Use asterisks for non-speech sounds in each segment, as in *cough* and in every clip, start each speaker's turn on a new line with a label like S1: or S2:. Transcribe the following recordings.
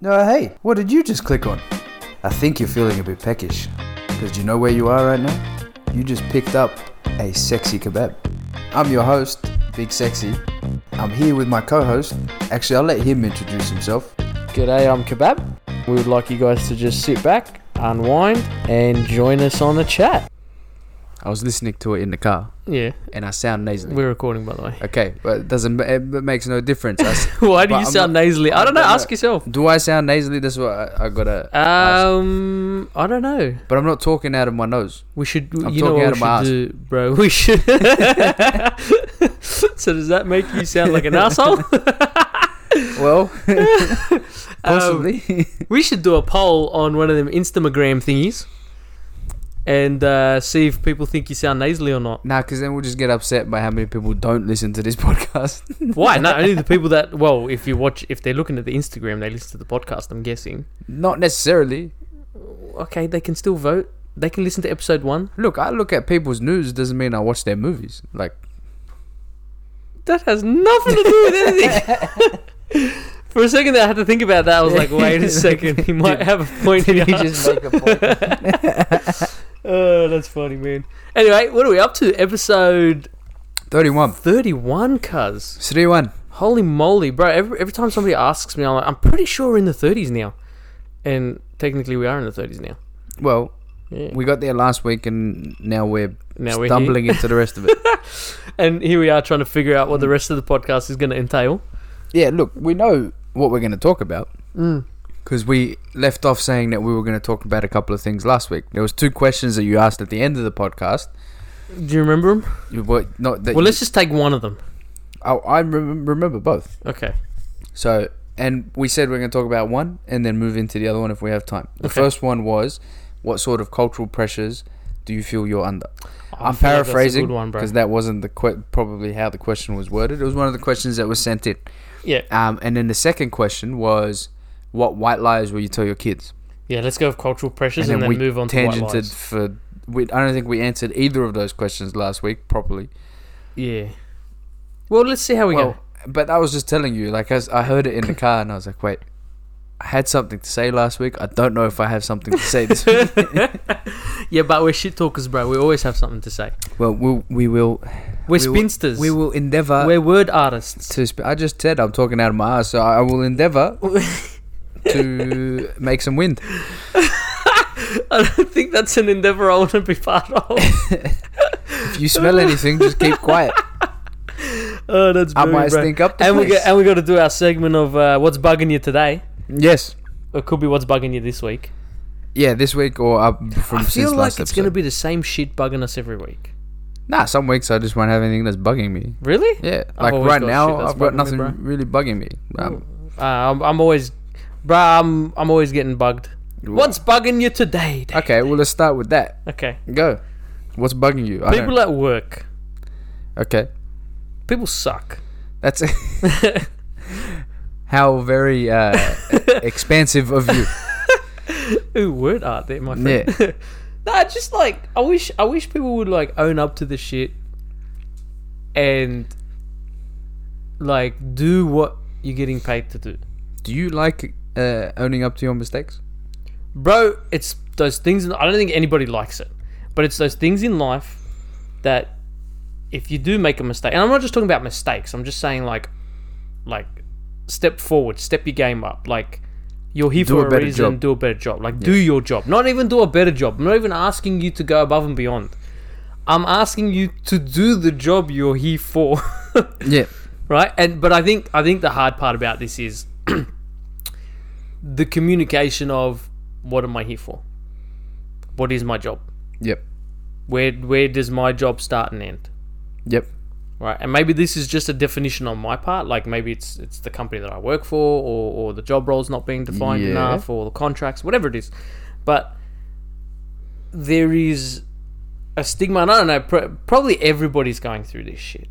S1: No, hey, what did you just click on? I think you're feeling a bit peckish. Because do you know where you are right now? You just picked up a sexy kebab. I'm your host, Big Sexy. I'm here with my co host. Actually, I'll let him introduce himself.
S2: G'day, I'm Kebab. We would like you guys to just sit back, unwind, and join us on the chat.
S3: I was listening to it in the car,
S2: Yeah,
S3: and I sound nasally.
S2: we're recording, by the way.
S3: okay, but it doesn't. It makes no difference. I
S1: *laughs*
S3: s-
S2: *laughs* Why do
S3: But
S2: you
S3: I'm
S2: sound nasally? I don't know.
S3: I'm not-
S2: Ask yourself.
S3: do I sound nasally? That's what I, I gotta.
S2: Oh.
S3: ask.
S2: Um, I don't know.
S3: But I'm not talking out of my nose.
S2: We should.
S3: I'm
S2: you know
S3: talking
S2: what
S3: out
S2: we
S3: of my
S2: should do, bro? *laughs* We should. so does that make you sound like
S3: *laughs*
S2: an asshole?
S3: Well,
S2: Oh.
S3: possibly.
S2: Um, We should do a poll on one of them Instagram thingies, and uh, see if people think you sound nasally or not.
S3: nah, because then we'll just get upset by how many people don't listen to this *laughs* podcast.
S2: Why? No, only the people that. Well, if you watch, if they're looking at the Instagram, they listen to the podcast. I'm guessing.
S3: not necessarily.
S2: Okay, they can still vote. They can listen to episode one.
S3: Look, I look at people's news. Doesn't mean I watch their movies. Like,
S2: *laughs* That has nothing to do with anything. *laughs* For a second, there, I had to think about that. I was *laughs* like, wait a second, he might have a point
S1: Did
S2: here.
S1: he just
S3: *laughs*
S1: make a point?
S2: *laughs* oh, that's funny, man. Anyway, what are we up to? Episode
S3: thirty-one,
S2: 31, cuz.
S3: three-one.
S2: Holy moly, bro. Every, every time somebody asks me, I'm like, I'm pretty sure we're in the 30s now. And technically, we are in the 30s now.
S3: Well,
S2: Yeah.
S3: we got there last week, and now we're
S2: Now we're here.
S3: stumbling into the rest
S2: *laughs*
S3: of it.
S2: And here we are trying to figure out what
S3: Mm.
S2: the rest of the podcast is going to entail.
S3: Yeah, look, we know what we're going to talk about Mm. because we left off saying that we were going to talk about a couple of things last week. There was two questions that you asked at the end of the podcast.
S2: Do you remember them?
S3: You, what, not that
S2: Well,
S3: you-
S2: let's just take one of them.
S3: I, I rem- remember both.
S2: Okay. Oh,
S3: So, and we said we're going to talk about one and then move into the other one if we have time. The
S2: Okay.
S3: first one was what sort of cultural pressures do you feel you're under?
S2: I
S3: I'm
S2: feel like that's a
S3: paraphrasing
S2: good one, bro.
S3: because that wasn't the que- probably how the question was worded. It was one of the questions that was sent in.
S2: Yeah.
S3: Um, and then the second question was, what white lies will you tell your kids?
S2: Yeah, let's go with cultural pressures and, then, move on to white lies.
S3: for. We, I don't think we answered either of those questions last week properly.
S2: Yeah. Well, let's see how we
S3: Well, but I was just telling you, like as I heard it in
S2: *coughs*
S3: the car, and I was like, wait, I had something to say last week. I don't know if I have something to say this
S2: *laughs*
S3: week.
S2: go. yeah, but we're shit talkers, bro. We always have something to say.
S3: Well, we'll we will
S2: We're
S3: We will-
S2: spinsters.
S3: we uh, will endeavor
S2: we're word artists. *laughs*
S3: to. Sp- I just said I'm talking out of my ass, so I will endeavor to make some wind.
S2: I don't think that's an endeavor I want to be part of.
S3: *laughs* If you smell anything, just keep quiet.
S2: *laughs* oh, that's
S3: I
S2: booey,
S3: might
S2: bro.
S3: stink up the
S2: And we
S3: place.
S2: got, and we got to do our segment of uh, what's bugging you today.
S3: yes.
S2: It could be what's bugging you this week.
S3: Yeah, this week or up from
S2: I
S3: since
S2: feel like
S3: last
S2: it's
S3: episode.
S2: going to be the same shit bugging us every week.
S3: Nah, some weeks I just won't have anything that's bugging me.
S2: Really?
S3: Yeah,
S2: I've
S3: like
S2: always
S3: right
S2: got shit
S3: now
S2: that's
S3: I've got
S2: bugging me,
S3: nothing
S2: bro.
S3: really bugging me. Um,
S2: Uh, I'm, I'm always, bro. I'm I'm always getting bugged. What's bugging you today? Dave?
S3: okay? Well, let's start with that.
S2: Okay.
S3: Go. What's bugging you? I don't-
S2: People at work.
S3: okay,
S2: People suck.
S3: that's *laughs* how very uh, *laughs* expansive of you.
S2: Ooh, word art there, my friend.
S3: Yeah,
S2: *laughs* Nah, just like I wish I wish people would like own up to the shit and like do what you're getting paid to do.
S3: do you like uh, owning up to your mistakes?
S2: Bro, it's those things I don't think anybody likes it. But it's those things in life that if you do make a mistake and I'm not just talking about mistakes, I'm just saying like like step forward, step your game up. Like you're here
S3: Do
S2: for
S3: a
S2: a,
S3: better
S2: reason,
S3: job.
S2: do a better job. Like do your job. Not even do a better job. I'm not even asking you to go above and beyond. I'm asking you to do the job you're here for. *laughs*
S3: Yeah,
S2: right? And but I think I think the hard part about this is *clears throat* the communication of what am I here for? What is my job?
S3: yep,
S2: Where where does my job start and end?
S3: yep.
S2: Right? And maybe this is just a definition on my part. Like maybe it's it's the company that I work for, or or the job role's not being defined
S3: Yeah.
S2: enough, or the contracts, whatever it is. But there is a stigma, and I don't know. Pr- probably everybody's going through this shit,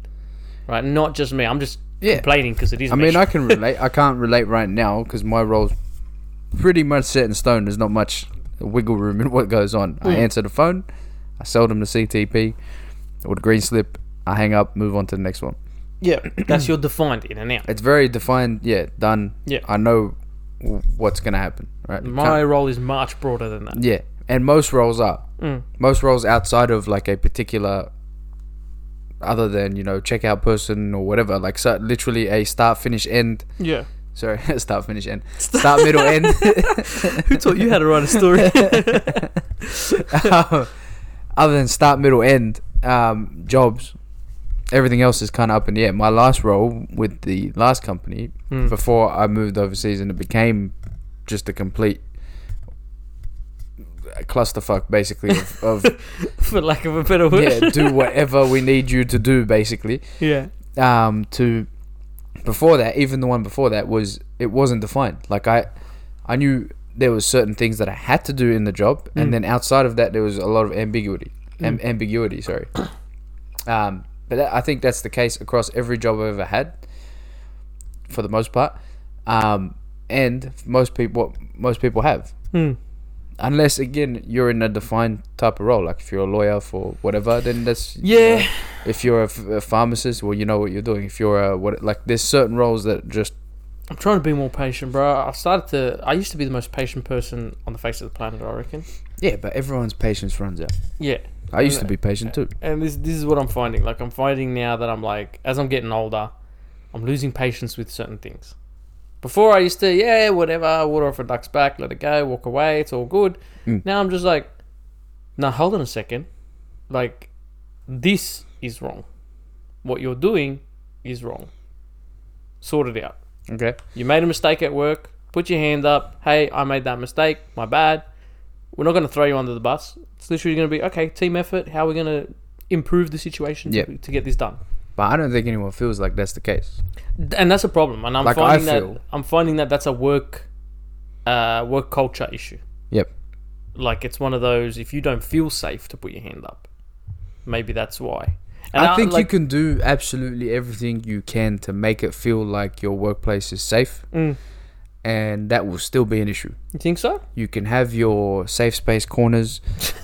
S2: right? Not just me. I'm just
S3: Yeah.
S2: complaining because it is.
S3: I
S2: me.
S3: mean, I can relate. I can't relate right now because my role's pretty much set in stone. There's not much wiggle room in what goes on. I answer the phone, I sell them the CTP or the green slip, I hang up, move on to the next one.
S2: *clears throat* Yeah, that's your defined in and out.
S3: It's very defined. Yeah, done.
S2: Yeah.
S3: I know w- what's going to happen, right? You
S2: My
S3: can't-
S2: role is much broader than that. Mm.
S3: yeah, and most roles are most roles outside of like a particular, other than you know checkout person or whatever. Like so, literally a start, finish, end.
S2: Yeah.
S3: Sorry, *laughs* start, finish, end. Start, middle, end.
S2: Who taught you how to write a *laughs* story?
S3: *laughs* other than start, middle, end um, jobs, everything else is kind of up in the air. My last role with the last company
S2: Mm.
S3: before I moved overseas and it became just a complete clusterfuck, basically, of, of
S2: For lack of a better word.
S3: yeah, do whatever we need you to do, basically.
S2: Yeah.
S3: Um, to before that, even the one before that was it wasn't defined. Like I, I knew there was certain things that I had to do in the job,
S2: Mm.
S3: and then outside of that, there was a lot of ambiguity. Am- ambiguity, sorry. Um, but that, I think that's the case across every job I've ever had, for the most part, um, and most people what most people have.
S2: Mm.
S3: Unless again you're in a defined type of role, like if you're a lawyer for whatever, then that's you
S2: Yeah.
S3: know, if you're a, ph- a pharmacist, well, you know what you're doing. If you're a what, like there's certain roles that just
S2: I'm trying to be more patient, bro. I started to. I used to be the most patient person on the face of the planet. I reckon.
S3: yeah, but everyone's patience runs out.
S2: Yeah.
S3: I used to be patient too.
S2: And this this is what I'm finding. Like I'm finding now that I'm like as I'm getting older, I'm losing patience with certain things. Before I used to, yeah, whatever, water off a duck's back, let it go, walk away, it's all good.
S3: Mm.
S2: Now I'm just like, now hold on a second. Like this is wrong. What you're doing is wrong. Sort it out.
S3: Okay,
S2: You made a mistake at work. Put your hand up. Hey, I made that mistake. My bad. We're not going to throw you under the bus. It's literally going to be okay. Team effort. How are we going to improve the situation to- to,
S3: Yep.
S2: get this done?
S3: but I don't think anyone feels like that's the case.
S2: And that's a problem. And I'm
S3: Like I
S2: finding
S3: feel.
S2: that I'm finding that that's a work uh, work culture issue.
S3: Yep.
S2: Like it's one of those. If you don't feel safe to put your hand up, maybe that's why. And
S3: I, think
S2: like,
S3: you can do absolutely everything you can to make it feel like your workplace is safe,
S2: Mm.
S3: and that will still be an issue.
S2: You think so?
S3: You can have your safe space *laughs* corners.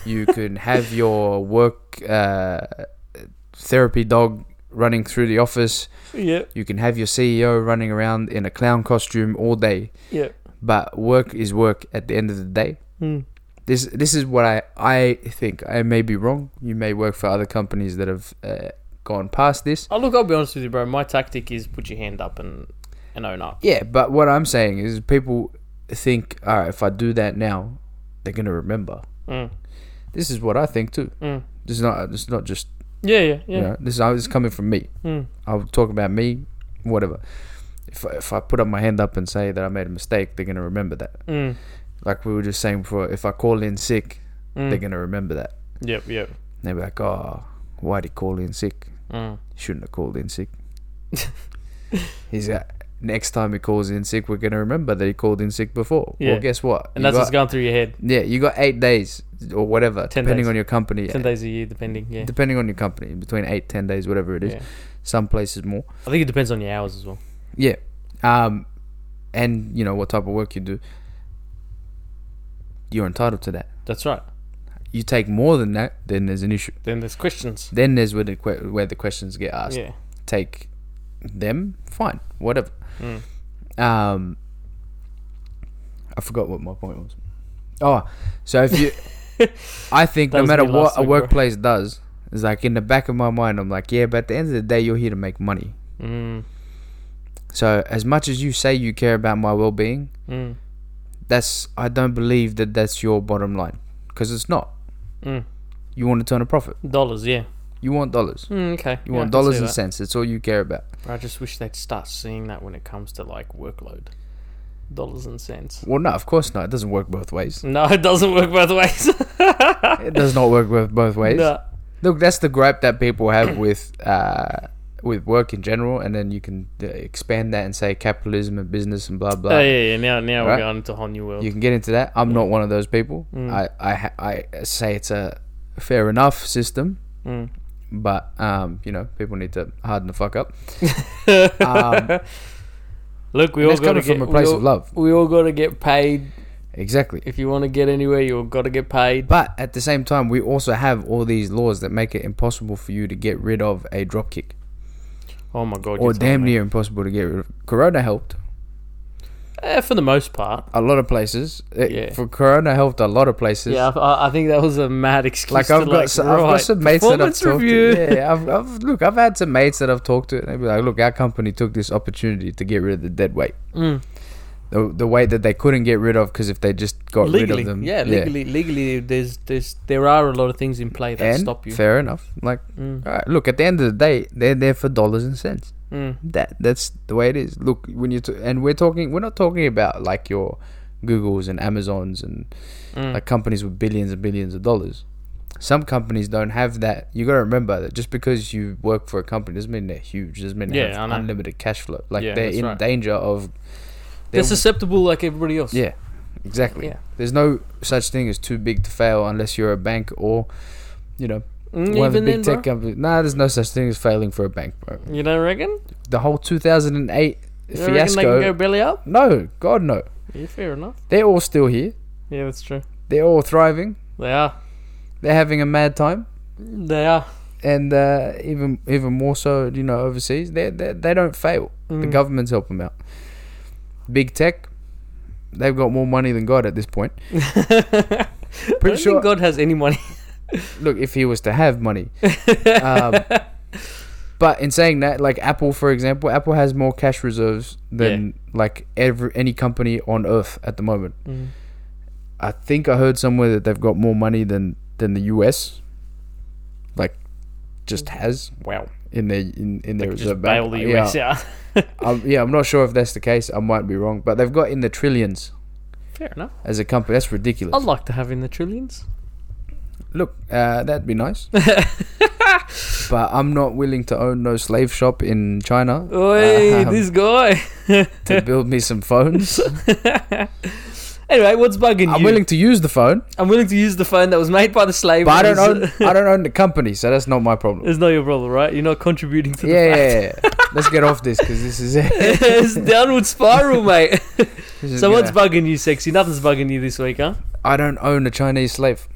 S3: you can have your work uh, therapy dog running through the office.
S2: Yeah.
S3: You can have your CEO running around in a clown costume all day,
S2: Yeah.
S3: but work is work at the end of the day.
S2: Mm.
S3: This this is what I I think. I may be wrong. You may work for other companies that have uh, gone past this.
S2: Oh, look, I'll be honest with you, bro. My tactic is put your hand up and and own up.
S3: Yeah, but what I'm saying is people think, all right, if I do that now, they're gonna remember.
S2: Mm.
S3: This is what I think too.
S2: Mm.
S3: This is not. This is not just.
S2: Yeah, yeah, yeah.
S3: You know, this is this is coming from me.
S2: Mm.
S3: I'll talk about me, whatever. If I, if I put up my hand up and say that I made a mistake, they're gonna remember that.
S2: Mm.
S3: like we were just saying before, if I call in sick,
S2: Mm.
S3: they're gonna remember that.
S2: Yep, yep.
S3: They'll be like, "Oh, why'd he call in sick?
S2: Mm.
S3: Shouldn't have called in sick."
S2: *laughs*
S3: He's like, next time he calls in sick, we're gonna remember that he called in sick before.
S2: Yeah.
S3: Well, guess what?
S2: And
S3: You
S2: that's what's
S3: got,
S2: going through your head.
S3: yeah, you got eight days or whatever,
S2: 10
S3: depending
S2: days.
S3: on your company.
S2: Ten days a year, depending. Yeah.
S3: Depending on your company, between eight ten days, whatever it is.
S2: yeah.
S3: Some places more.
S2: I think it depends on your hours as well.
S3: Yeah. Um, and you know what type of work you do. You're entitled to that.
S2: That's right.
S3: You take more than that, then there's an issue.
S2: Then there's questions.
S3: then there's where the que- where the questions get asked.
S2: Yeah.
S3: Take them, fine, whatever.
S2: Mm.
S3: Um, I forgot what my point was. Oh, so if
S2: *laughs*
S3: you, I think
S2: That
S3: no
S2: was
S3: matter
S2: me
S3: what
S2: last
S3: a
S2: week, bro.
S3: workplace does, it's like in the back of my mind, I'm like, yeah, but at the end of the day, you're here to make money.
S2: Mm.
S3: So as much as you say you care about my well being,
S2: Mm.
S3: that's I don't believe that that's your bottom line because it's not.
S2: Mm.
S3: You want to turn a profit.
S2: Dollars, yeah.
S3: You want dollars.
S2: Mm, okay.
S3: You
S2: Yeah, I
S3: want
S2: can
S3: dollars
S2: see
S3: and
S2: that.
S3: cents. That's all you care about.
S2: Bro, I just wish they'd start seeing that when it comes to like workload, dollars and cents.
S3: Well, no, of course not. It doesn't work both ways.
S2: No, it doesn't work both ways.
S3: It does not work both both *laughs* ways.
S2: no.
S3: Look, that's the gripe that people have with uh, with work in general, and then you can uh, expand that and say capitalism and business and blah blah.
S2: Oh yeah, yeah. Now, now
S3: Right.
S2: we're going into a whole new world.
S3: You can get into that. I'm not one of those people.
S2: Mm.
S3: I I ha- I say it's a fair enough system,
S2: Mm. *laughs*
S3: but um, you know, people need to harden the fuck
S2: *laughs*
S3: up. Um,
S2: Look, we
S3: And
S2: all
S3: it's
S2: got to
S3: coming
S2: get
S3: from a
S2: we
S3: place
S2: all-
S3: of love.
S2: We all got to get paid.
S3: Exactly.
S2: If you want to get anywhere, you all got to get paid.
S3: But at the same time, we also have all these laws that make it impossible for you to get rid of a dropkick,
S2: Oh my god!
S3: or
S2: you're telling
S3: damn
S2: me.
S3: near impossible to get rid of. Corona helped.
S2: Eh, for the most part.
S3: A lot of places. It,
S2: Yeah.
S3: For Corona helped a lot of places.
S2: Yeah, I, I think that was a mad excuse.
S3: Like
S2: to,
S3: I've got,
S2: like,
S3: so- I've got
S2: write
S3: some mates that I've
S2: performance
S3: talked
S2: review.
S3: to. Yeah, I've, I've, look, I've had some mates that I've talked to, and they'd be like, "Look, our company took this opportunity to get rid of the dead weight,
S2: *laughs* Mm.
S3: the, the weight that they couldn't get rid of because if they just got
S2: legally,
S3: rid of them,
S2: yeah, legally, legally, there's, there's, there are a lot of things in play that
S3: and
S2: stop you.
S3: fair enough. Like,
S2: Mm.
S3: all right, look, at the end of the day, they're there for dollars and cents.
S2: Mm.
S3: That that's the way it is. Look, when you t- and we're talking, we're not talking about like your Googles and Amazons and
S2: Mm.
S3: like companies with billions and billions of dollars. Some companies don't have that. You got to remember that just because you work for a company doesn't mean they're huge. Doesn't mean they
S2: Yeah, I
S3: have
S2: know.
S3: unlimited cash flow. Like
S2: Yeah,
S3: they're
S2: that's
S3: in
S2: right.
S3: danger of.
S2: They're
S3: they're-
S2: susceptible like everybody else.
S3: yeah, exactly.
S2: Yeah.
S3: There's no such thing as too big to fail unless you're a bank or, you know,
S2: Mm,
S3: one of the
S2: even
S3: big
S2: then,
S3: tech
S2: bro,
S3: companies. Nah, there's no such thing as failing for a bank, bro.
S2: you don't reckon?
S3: The whole 2008
S2: You don't reckon they
S3: fiasco.
S2: can go belly up?
S3: no, God no.
S2: Yeah, fair enough.
S3: They're all still here.
S2: Yeah, that's true.
S3: They're all thriving.
S2: They are.
S3: They're having a mad time.
S2: They are.
S3: and uh, even even more so, you know, overseas, they they, they don't fail. The
S2: Mm.
S3: governments help them out. Big tech, they've got more money than God at this point.
S2: I *laughs*
S3: sure-
S2: don't think God has any money. *laughs*
S3: Look, if he was to have money, um, but in saying that, like Apple, for example, Apple has more cash reserves than like every any company on earth at the moment.
S2: Mm.
S3: I think I heard somewhere that they've got more money than than the U.S. Like, just has
S2: Wow.
S3: in their in, in their
S2: Like,
S3: reserve
S2: Mm. just
S3: bank.
S2: bail the
S3: Yeah.
S2: US out.
S3: Um, yeah, I'm not sure if that's the case. I might be wrong, but they've got in the trillions
S2: *laughs* Fair enough.
S3: as a company. That's ridiculous.
S2: I'd like to have in the trillions.
S3: Look, uh, that'd be nice,
S2: *laughs*
S3: but I'm not willing to own no slave shop in China
S2: Oi,
S3: um,
S2: this guy.
S3: *laughs*
S2: *laughs*
S3: to build me some phones.
S2: Anyway, what's bugging
S3: I'm
S2: you?
S3: willing to use the phone,
S2: I'm willing to use the phone that was made by the slave.
S3: but I don't
S2: *laughs* own.
S3: own. I don't own the company, so that's not my problem.
S2: It's not your problem, right? You're not contributing to the
S3: Yeah, yeah, yeah. Let's get off this because this is it.
S2: *laughs* it's downward
S3: *laughs*
S2: spiral, mate.
S3: This is
S2: so what's
S3: gonna-
S2: bugging you, sexy? Nothing's bugging you this week, huh?
S3: I don't own a Chinese slave.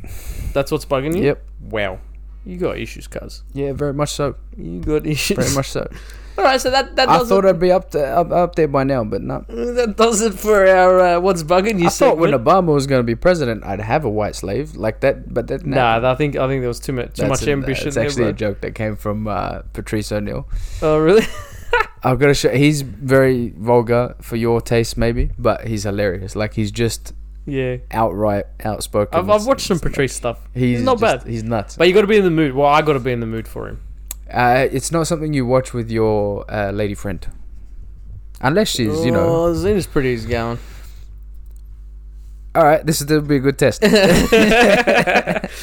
S2: That's what's bugging you.
S3: Yep.
S2: Wow. You got issues, cuz.
S3: Yeah, very much so.
S2: You got issues.
S3: Very much so.
S2: *laughs* All right. So that that
S3: I
S2: does
S3: thought
S2: it.
S3: I'd be up to, up, up there by now, but no.
S2: *laughs* That does it for our uh, what's bugging you
S3: I thought
S2: segment.
S3: when Obama was going to be president, I'd have a white slave like that, but that
S2: nah, I think I think there was too much too
S3: that's
S2: much
S3: a-
S2: ambition.
S3: It's
S2: there,
S3: actually a
S2: bro.
S3: joke that came from uh, Patrice O'Neill.
S2: Oh really? *laughs*
S3: I've got to show. He's very vulgar for your taste, maybe, but he's hilarious. Like he's just
S2: yeah.
S3: outright outspoken.
S2: I've, I've watched some Patrice stuff,
S3: He's
S2: not
S3: just-
S2: bad.
S3: He's nuts.
S2: but you got to be in the mood. Well, I got to be in the mood for him.
S3: Uh, it's not something you watch with your uh, lady friend, unless she's you know.
S2: oh, Zena's pretty easy *laughs* going.
S3: All right, this is gonna be a good
S2: *laughs*
S3: test.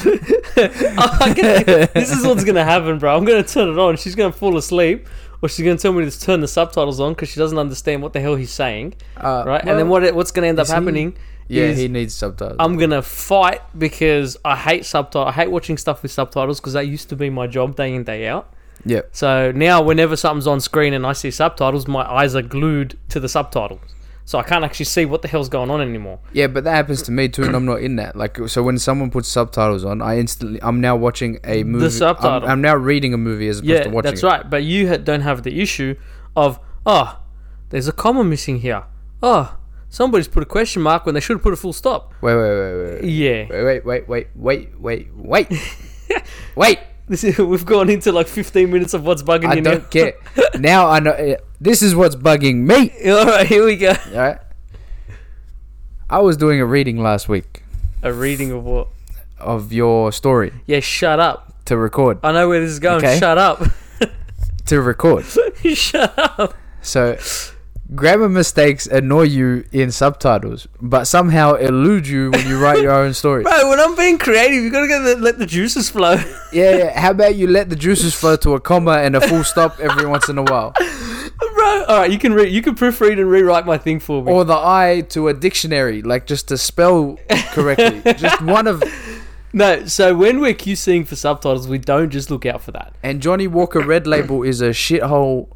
S3: *laughs*
S2: I can- this is what's gonna happen, bro. I'm gonna turn it on. She's gonna fall asleep, or she's gonna tell me to turn the subtitles on because she doesn't understand what the hell he's saying,
S3: Uh,
S2: right? and then
S3: well,
S2: what it- what's gonna end up
S3: is he-
S2: happening?
S3: Yeah,
S2: is
S3: he needs subtitles.
S2: I'm gonna fight because I hate subtitle. I hate watching stuff with subtitles because that used to be my job day in day out.
S3: yeah,
S2: So now, whenever something's on screen and I see subtitles, my eyes are glued to the subtitles, so I can't actually see what the hell's going on anymore.
S3: Yeah, but that happens to me too, and I'm not in that. Like, so when someone puts subtitles on, I instantly, I'm now watching a movie. I'm-
S2: subtitle.
S3: I'm, now reading a movie as opposed
S2: Yeah,
S3: to watching.
S2: that's
S3: it.
S2: right. But you ha- don't have the issue of oh, there's a comma missing here. Oh, somebody's put a question mark when they should have put a full stop.
S3: Wait, wait, wait, wait,
S2: Yeah, *laughs*
S3: wait, wait, wait, wait, wait, wait, wait, wait.
S2: this is, we've gone into like 15 minutes of what's bugging
S3: I
S2: you
S3: don't care. Now I know. eh, This is what's bugging me.
S2: now. *laughs* All right, here we go.
S3: All right. I was doing a reading last week
S2: A reading of what?
S3: of your story
S2: Yeah, shut up.
S3: to record.
S2: I know where this is going.
S3: Okay.
S2: Shut up. *laughs*
S3: To record.
S2: shut up.
S3: So, grammar mistakes annoy you in subtitles, but somehow elude you when you write your own
S2: *laughs*
S3: story.
S2: Bro, when I'm being creative, you gotta get the, let the juices flow. *laughs*
S3: Yeah, yeah. How about you let the juices flow to a comma and a full stop every once in a
S2: *laughs*
S3: while,
S2: Bro, all right, you can re- you can proofread and rewrite my thing for me.
S3: or the I to a dictionary, like just to spell
S2: *laughs*
S3: correctly. just one of.
S2: no, so when we're QCing for subtitles, we don't just look out for that.
S3: And Johnny Walker Red Label is a shithole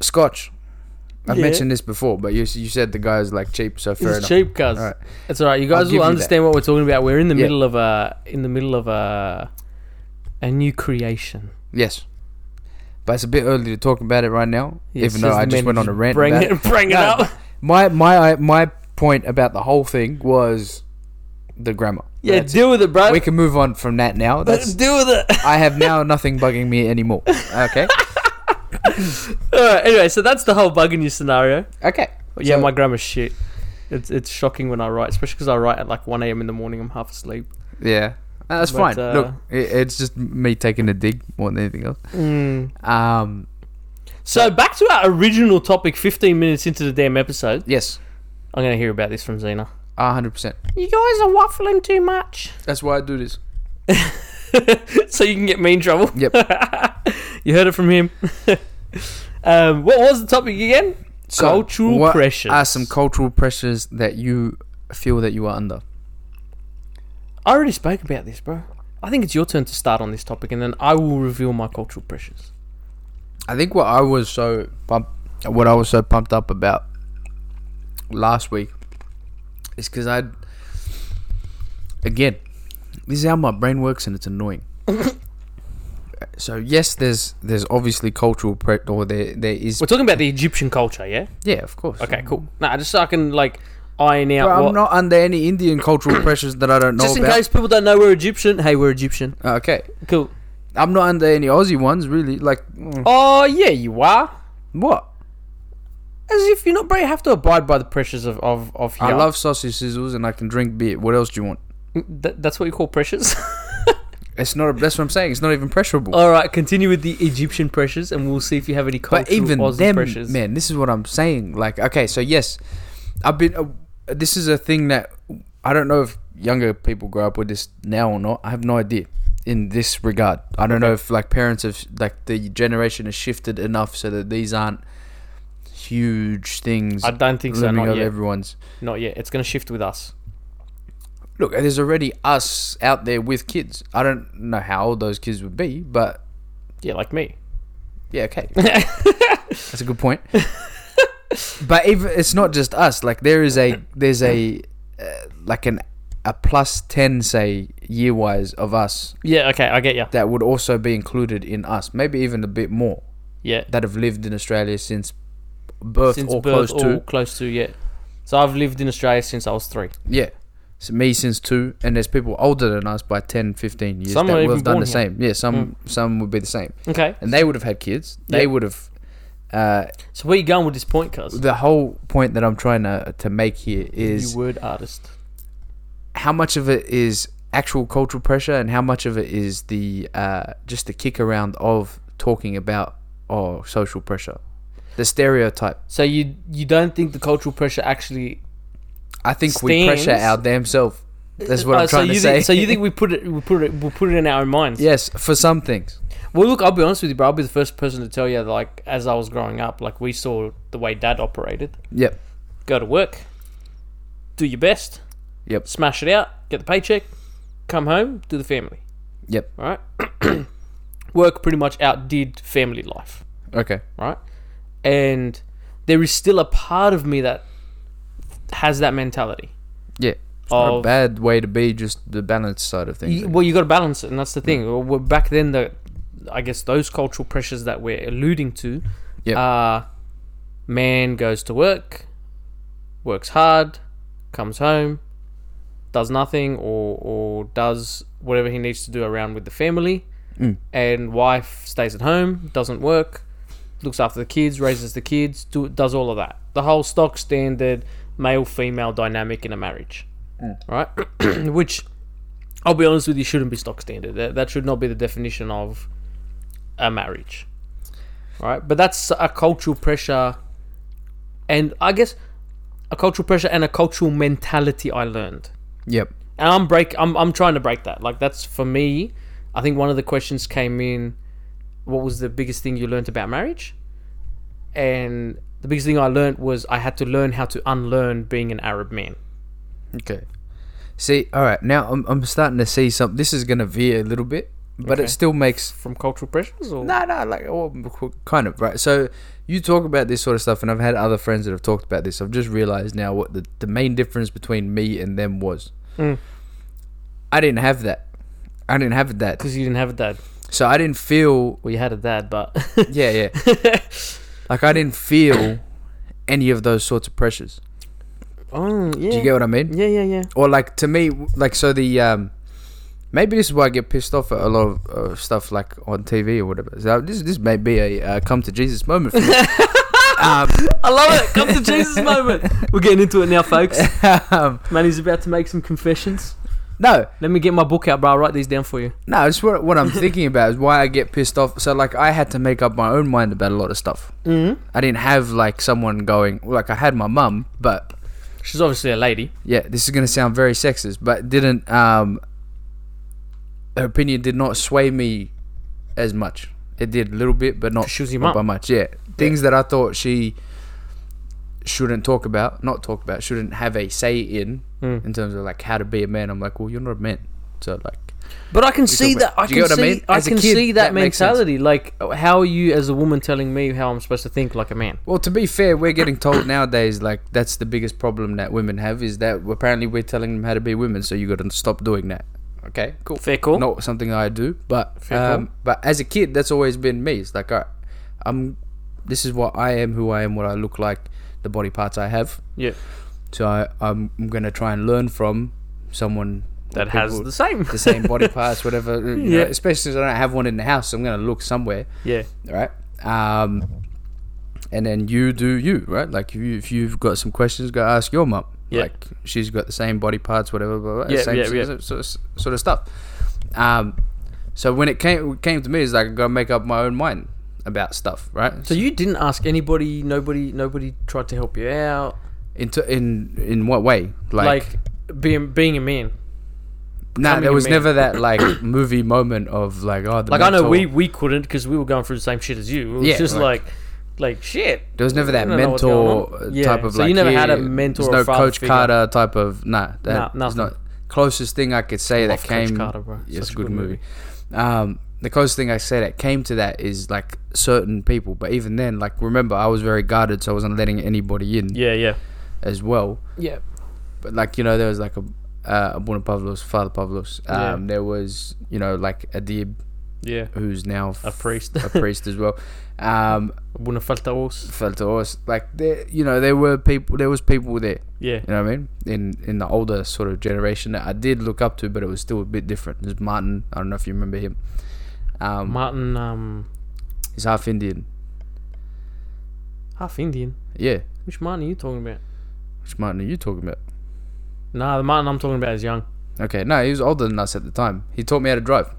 S3: Scotch. I've
S2: Yeah.
S3: mentioned this before, but you you said the guy's like cheap, so fair
S2: it's
S3: enough.
S2: cheap, cuz.
S3: Alright.
S2: It's all right. You
S3: I'll
S2: guys
S3: give you
S2: will
S3: that.
S2: understand what we're talking about. We're in the
S3: Yeah.
S2: middle of a in the middle of a a new creation.
S3: Yes, but it's a bit early to talk about it right now,
S2: Yes,
S3: even though
S2: says
S3: I
S2: the
S3: just went on
S2: manager.
S3: a rant.
S2: Bring
S3: about
S2: it, bring it
S3: No,
S2: up.
S3: but my my my point about the whole thing was the grammar.
S2: *laughs* Yeah,
S3: That's-
S2: deal with it, bro. *laughs*
S3: we can move on from that now. *laughs* That's
S2: deal with it. *laughs*
S3: I have now nothing bugging me anymore. Okay,
S2: All right, anyway, so that's the whole bug in your scenario.
S3: okay.
S2: *laughs* yeah,
S3: So-
S2: my grammar's shit. It's it's shocking when I write, especially because I write at like 1 a.m. in the morning. I'm half asleep.
S3: yeah. Uh, That's
S2: But,
S3: fine.
S2: uh,
S3: Look, i it's just me taking a dig more than anything else. Um,
S2: So back to our original topic. 15 minutes into the damn episode,
S3: yes,
S2: I'm gonna hear about this from Xena.
S3: a hundred percent.
S2: You guys are waffling too much,
S3: That's why I do this.
S2: *laughs* so you can get me in trouble.
S3: Yep.
S2: *laughs* you heard it from him. *laughs* um, what was the topic again?
S3: So,
S2: Cultural
S3: what
S2: pressures.
S3: Are some cultural pressures that you feel that you are under?
S2: I already spoke about this, bro. I think it's your turn to start on this topic, and then I will reveal my cultural pressures.
S3: I think what I was so pumped, what I was so pumped up about last week, is because I, again, this is how my brain works, and it's
S2: *laughs*
S3: annoying. so yes, there's there's obviously cultural pre- or there there is
S2: We're talking about the Egyptian culture, yeah?
S3: yeah of course
S2: Okay, cool. Nah, just so I can like iron out
S3: But I'm
S2: what.
S3: not under any Indian
S2: *coughs*
S3: cultural pressures that I don't know
S2: just in
S3: about. Uh,
S2: case people don't know we're Egyptian. Hey, we're Egyptian.
S3: Okay,
S2: Cool.
S3: I'm not under any Aussie ones really. Like mm,
S2: Oh yeah, you are.
S3: what?
S2: As if you're not, bro. You have to abide by the pressures of of of. Here.
S3: I love sausage sizzles and I can drink beer. What else do you want?
S2: Th- that's what you call *laughs* pressures.
S3: It's not. A, that's what I'm saying. It's not even pressurable.
S2: All right, continue with the Egyptian pressures, and we'll see if you have any cultural
S3: but even
S2: Aussie
S3: them,
S2: pressures.
S3: man, this is what I'm saying. Like, okay, so yes, I've been. Uh, this is a thing that I don't know if younger people grow up with this now or not. I have no idea in this regard. I don't know if like parents have like the generation has shifted enough so that these aren't huge things
S2: I don't think so.
S3: looming
S2: Not
S3: over
S2: yet.
S3: everyone's.
S2: Not yet. It's gonna shift with us.
S3: Look, there's already us out there with kids. I don't know how old those kids would be, but
S2: Yeah, like me.
S3: Yeah,
S2: *laughs*
S3: okay. That's a good point. but if it's not just us, like there is a there's a uh, like an a plus 10 say year wise of us
S2: Yeah. Okay, I get you.
S3: that would also be included in us, maybe even a bit more
S2: Yeah.
S3: that have lived in Australia since birth
S2: since
S3: or
S2: birth
S3: close
S2: or
S3: to.
S2: close to yeah. So I've lived in Australia since I was three.
S3: Yeah. So me since 2 and there's people older than us by 10 15 years
S2: Some
S3: that
S2: are
S3: will
S2: even
S3: have done
S2: born
S3: the
S2: here.
S3: same. Yeah, some some would be the same.
S2: Okay.
S3: And they would have had kids. They
S2: Yeah.
S3: would have uh,
S2: So where you going with this point, cuz?
S3: the whole point that I'm trying to to make here
S2: You
S3: is
S2: word artist.
S3: how much of it is actual cultural pressure and how much of it is the uh, just the kick around of talking about oh social pressure, the stereotype.
S2: So you you don't think the cultural pressure actually?
S3: I think we pressure
S2: Stands.
S3: our damn self. That's what
S2: Oh,
S3: I'm
S2: so
S3: trying
S2: you
S3: to
S2: think,
S3: say.
S2: So you think we put it we put it we put it in our own minds?
S3: *laughs* yes for some things.
S2: Well, look, I'll be honest with you, bro. I'll be the first person to tell you, like, as I was growing up, like we saw the way Dad operated:
S3: Yep.
S2: go to work, do your best,
S3: Yep.
S2: smash it out, get the paycheck, come home, do the family.
S3: Yep.
S2: All right. *clears throat* work pretty much outdid family life.
S3: Okay.
S2: right? And there is still a part of me that has that mentality.
S3: Yeah. It's not a
S2: Of-
S3: bad way to be just the balance side of things.
S2: You- well, you got to balance it, and that's the thing. Well, we're- back then, the I guess those cultural pressures that we're alluding to
S3: Yep.
S2: are man goes to work, works hard, comes home, does nothing, or or does whatever he needs to do around with the family, and wife stays at home, doesn't work, looks after the kids, raises the kids, do, does all of that. The whole stock standard male female dynamic in a marriage, right? *clears throat* Which I'll be honest with you, shouldn't be stock standard. That, that should not be the definition of a marriage, right? But that's a cultural pressure, and I guess a cultural pressure and a cultural mentality. I learned,
S3: Yep.
S2: and I'm break. I'm I'm trying to break that. Like that's for me. I think one of the questions came in. What was the biggest thing you learned about marriage? And the biggest thing I learned was I had to learn how to unlearn being an Arab man.
S3: Okay. See, all right. Now I'm I'm starting to see some. This is gonna veer a little bit, but
S2: Okay.
S3: it still makes
S2: From cultural pressures, or
S3: No, no, like well, qu- kind of right. So you talk about this sort of stuff, and I've had other friends that have talked about this. I've just realized now what the, the main difference between me and them was.
S2: Mm.
S3: I didn't have that. I didn't have that,
S2: because you didn't have a dad.
S3: so I didn't feel.
S2: *laughs* Well, you had a dad, but
S3: Yeah, yeah. like I didn't feel any of those sorts of pressures.
S2: *laughs* Oh, yeah.
S3: Do you get what I mean?
S2: Yeah, yeah, yeah.
S3: Or like to me, like so the um, maybe this is why I get pissed off at a lot of uh, stuff like on TV or whatever. So this this may be a uh, come to Jesus moment for me. um,
S2: I love it. Come to Jesus moment. *laughs* We're getting into it now, folks.
S3: um,
S2: Manny's about to make some confessions.
S3: no,
S2: Let me get my book out, bro. I'll write these down for you.
S3: no, it's what, what I'm thinking about is why I get pissed off. So like I had to make up my own mind about a lot of stuff.
S2: Mm-hmm.
S3: I didn't have like someone going like I had my mum, but
S2: She's obviously a lady.
S3: yeah, this is gonna sound very sexist, but didn't um her opinion did not sway me as much. It did a little bit, but not,
S2: She was your
S3: not by
S2: mum.
S3: much. Yeah, things that I thought she shouldn't talk about, not talk about, shouldn't have a say in
S2: Mm.
S3: in terms of like how to be a man. I'm like, well, you're not a man, so like
S2: But I can see
S3: talk about-
S2: that. I
S3: Do
S2: can
S3: you get
S2: see.
S3: what I
S2: I,
S3: mean? As a
S2: can
S3: kid,
S2: see that,
S3: that makes sense.
S2: mentality. Like, how are you as a woman telling me how I'm supposed to think like a man?
S3: Well, to be fair, we're getting told nowadays like that's the biggest problem that women have is that apparently we're telling them how to be women, so you got to stop doing that. Okay, cool.
S2: Fair call.
S3: Not something I do, but
S2: Fair call.
S3: um, but as a kid, that's always been me. It's like I, I'm. This is what I am, who I am, what I look like, the body parts I have.
S2: Yeah.
S3: So I, I'm gonna try and learn from someone
S2: That
S3: or
S2: has
S3: people-
S2: the same.
S3: the same body parts,
S2: *laughs*
S3: whatever. You know,
S2: Yeah.
S3: especially since I don't have one in the house, I'm gonna look somewhere
S2: *laughs* yeah.
S3: right? Um, and then you do you, right? Like if, you, if you've got some questions, go ask your mum.
S2: Yeah.
S3: Like she's got the same body parts, whatever, blah, blah,
S2: Yeah,
S3: same
S2: yeah,
S3: s-
S2: yeah.
S3: s- Sort, of, sort of stuff. Um, so when it came it came to me, it's like I gotta make up my own mind about stuff, right?
S2: So you didn't ask anybody. Nobody. Nobody tried to help you out.
S3: in t- in in what way? Like,
S2: Like, being being a
S3: no,
S2: man. becoming
S3: there
S2: a
S3: was
S2: man.
S3: never that like *coughs* movie moment of like oh the
S2: Like I
S3: mentor-
S2: know we we couldn't because we were going through the same shit as you. It was
S3: Yeah,
S2: just
S3: like-
S2: like, like shit.
S3: There was never that
S2: I don't know what's
S3: mentor
S2: going on.
S3: uh,
S2: Yeah,
S3: type of
S2: so
S3: like.
S2: you never had a
S3: yeah,
S2: mentor
S3: there's
S2: or
S3: no
S2: father
S3: Coach
S2: figure?
S3: Carter type of nah. That
S2: Nah,
S3: is
S2: nothing.
S3: not closest thing I could say that
S2: Love Coach
S3: came.
S2: Carter, bro.
S3: Yeah, it's
S2: Such
S3: a good movie. Um, the closest thing I say that came to that is like certain people, but even then, like remember I was very guarded, so I wasn't letting anybody in
S2: Yeah, yeah,
S3: as well.
S2: yeah.
S3: But like you know, there was like a uh, Abuna Pavlos, Father Pavlos.
S2: Yeah.
S3: Um, There was you know like Adib,
S2: Yeah,
S3: who's now
S2: a
S3: f-
S2: priest.
S3: a priest as
S2: *laughs*
S3: well. Um,
S2: Buena falta voz.
S3: felt to us like there, you know, there were people. There was people there.
S2: Yeah,
S3: You know what I mean? In in the older sort of generation that I did look up to, but it was still a bit different. There's Martin. I don't know if you remember him. Um,
S2: Martin, um,
S3: he's half Indian.
S2: half Indian.
S3: Yeah.
S2: Which Martin are you talking about?
S3: Which Martin are you talking about?
S2: Nah, the Martin I'm talking about is young.
S3: Okay, no, he was older than us at the time. He taught me how to drive.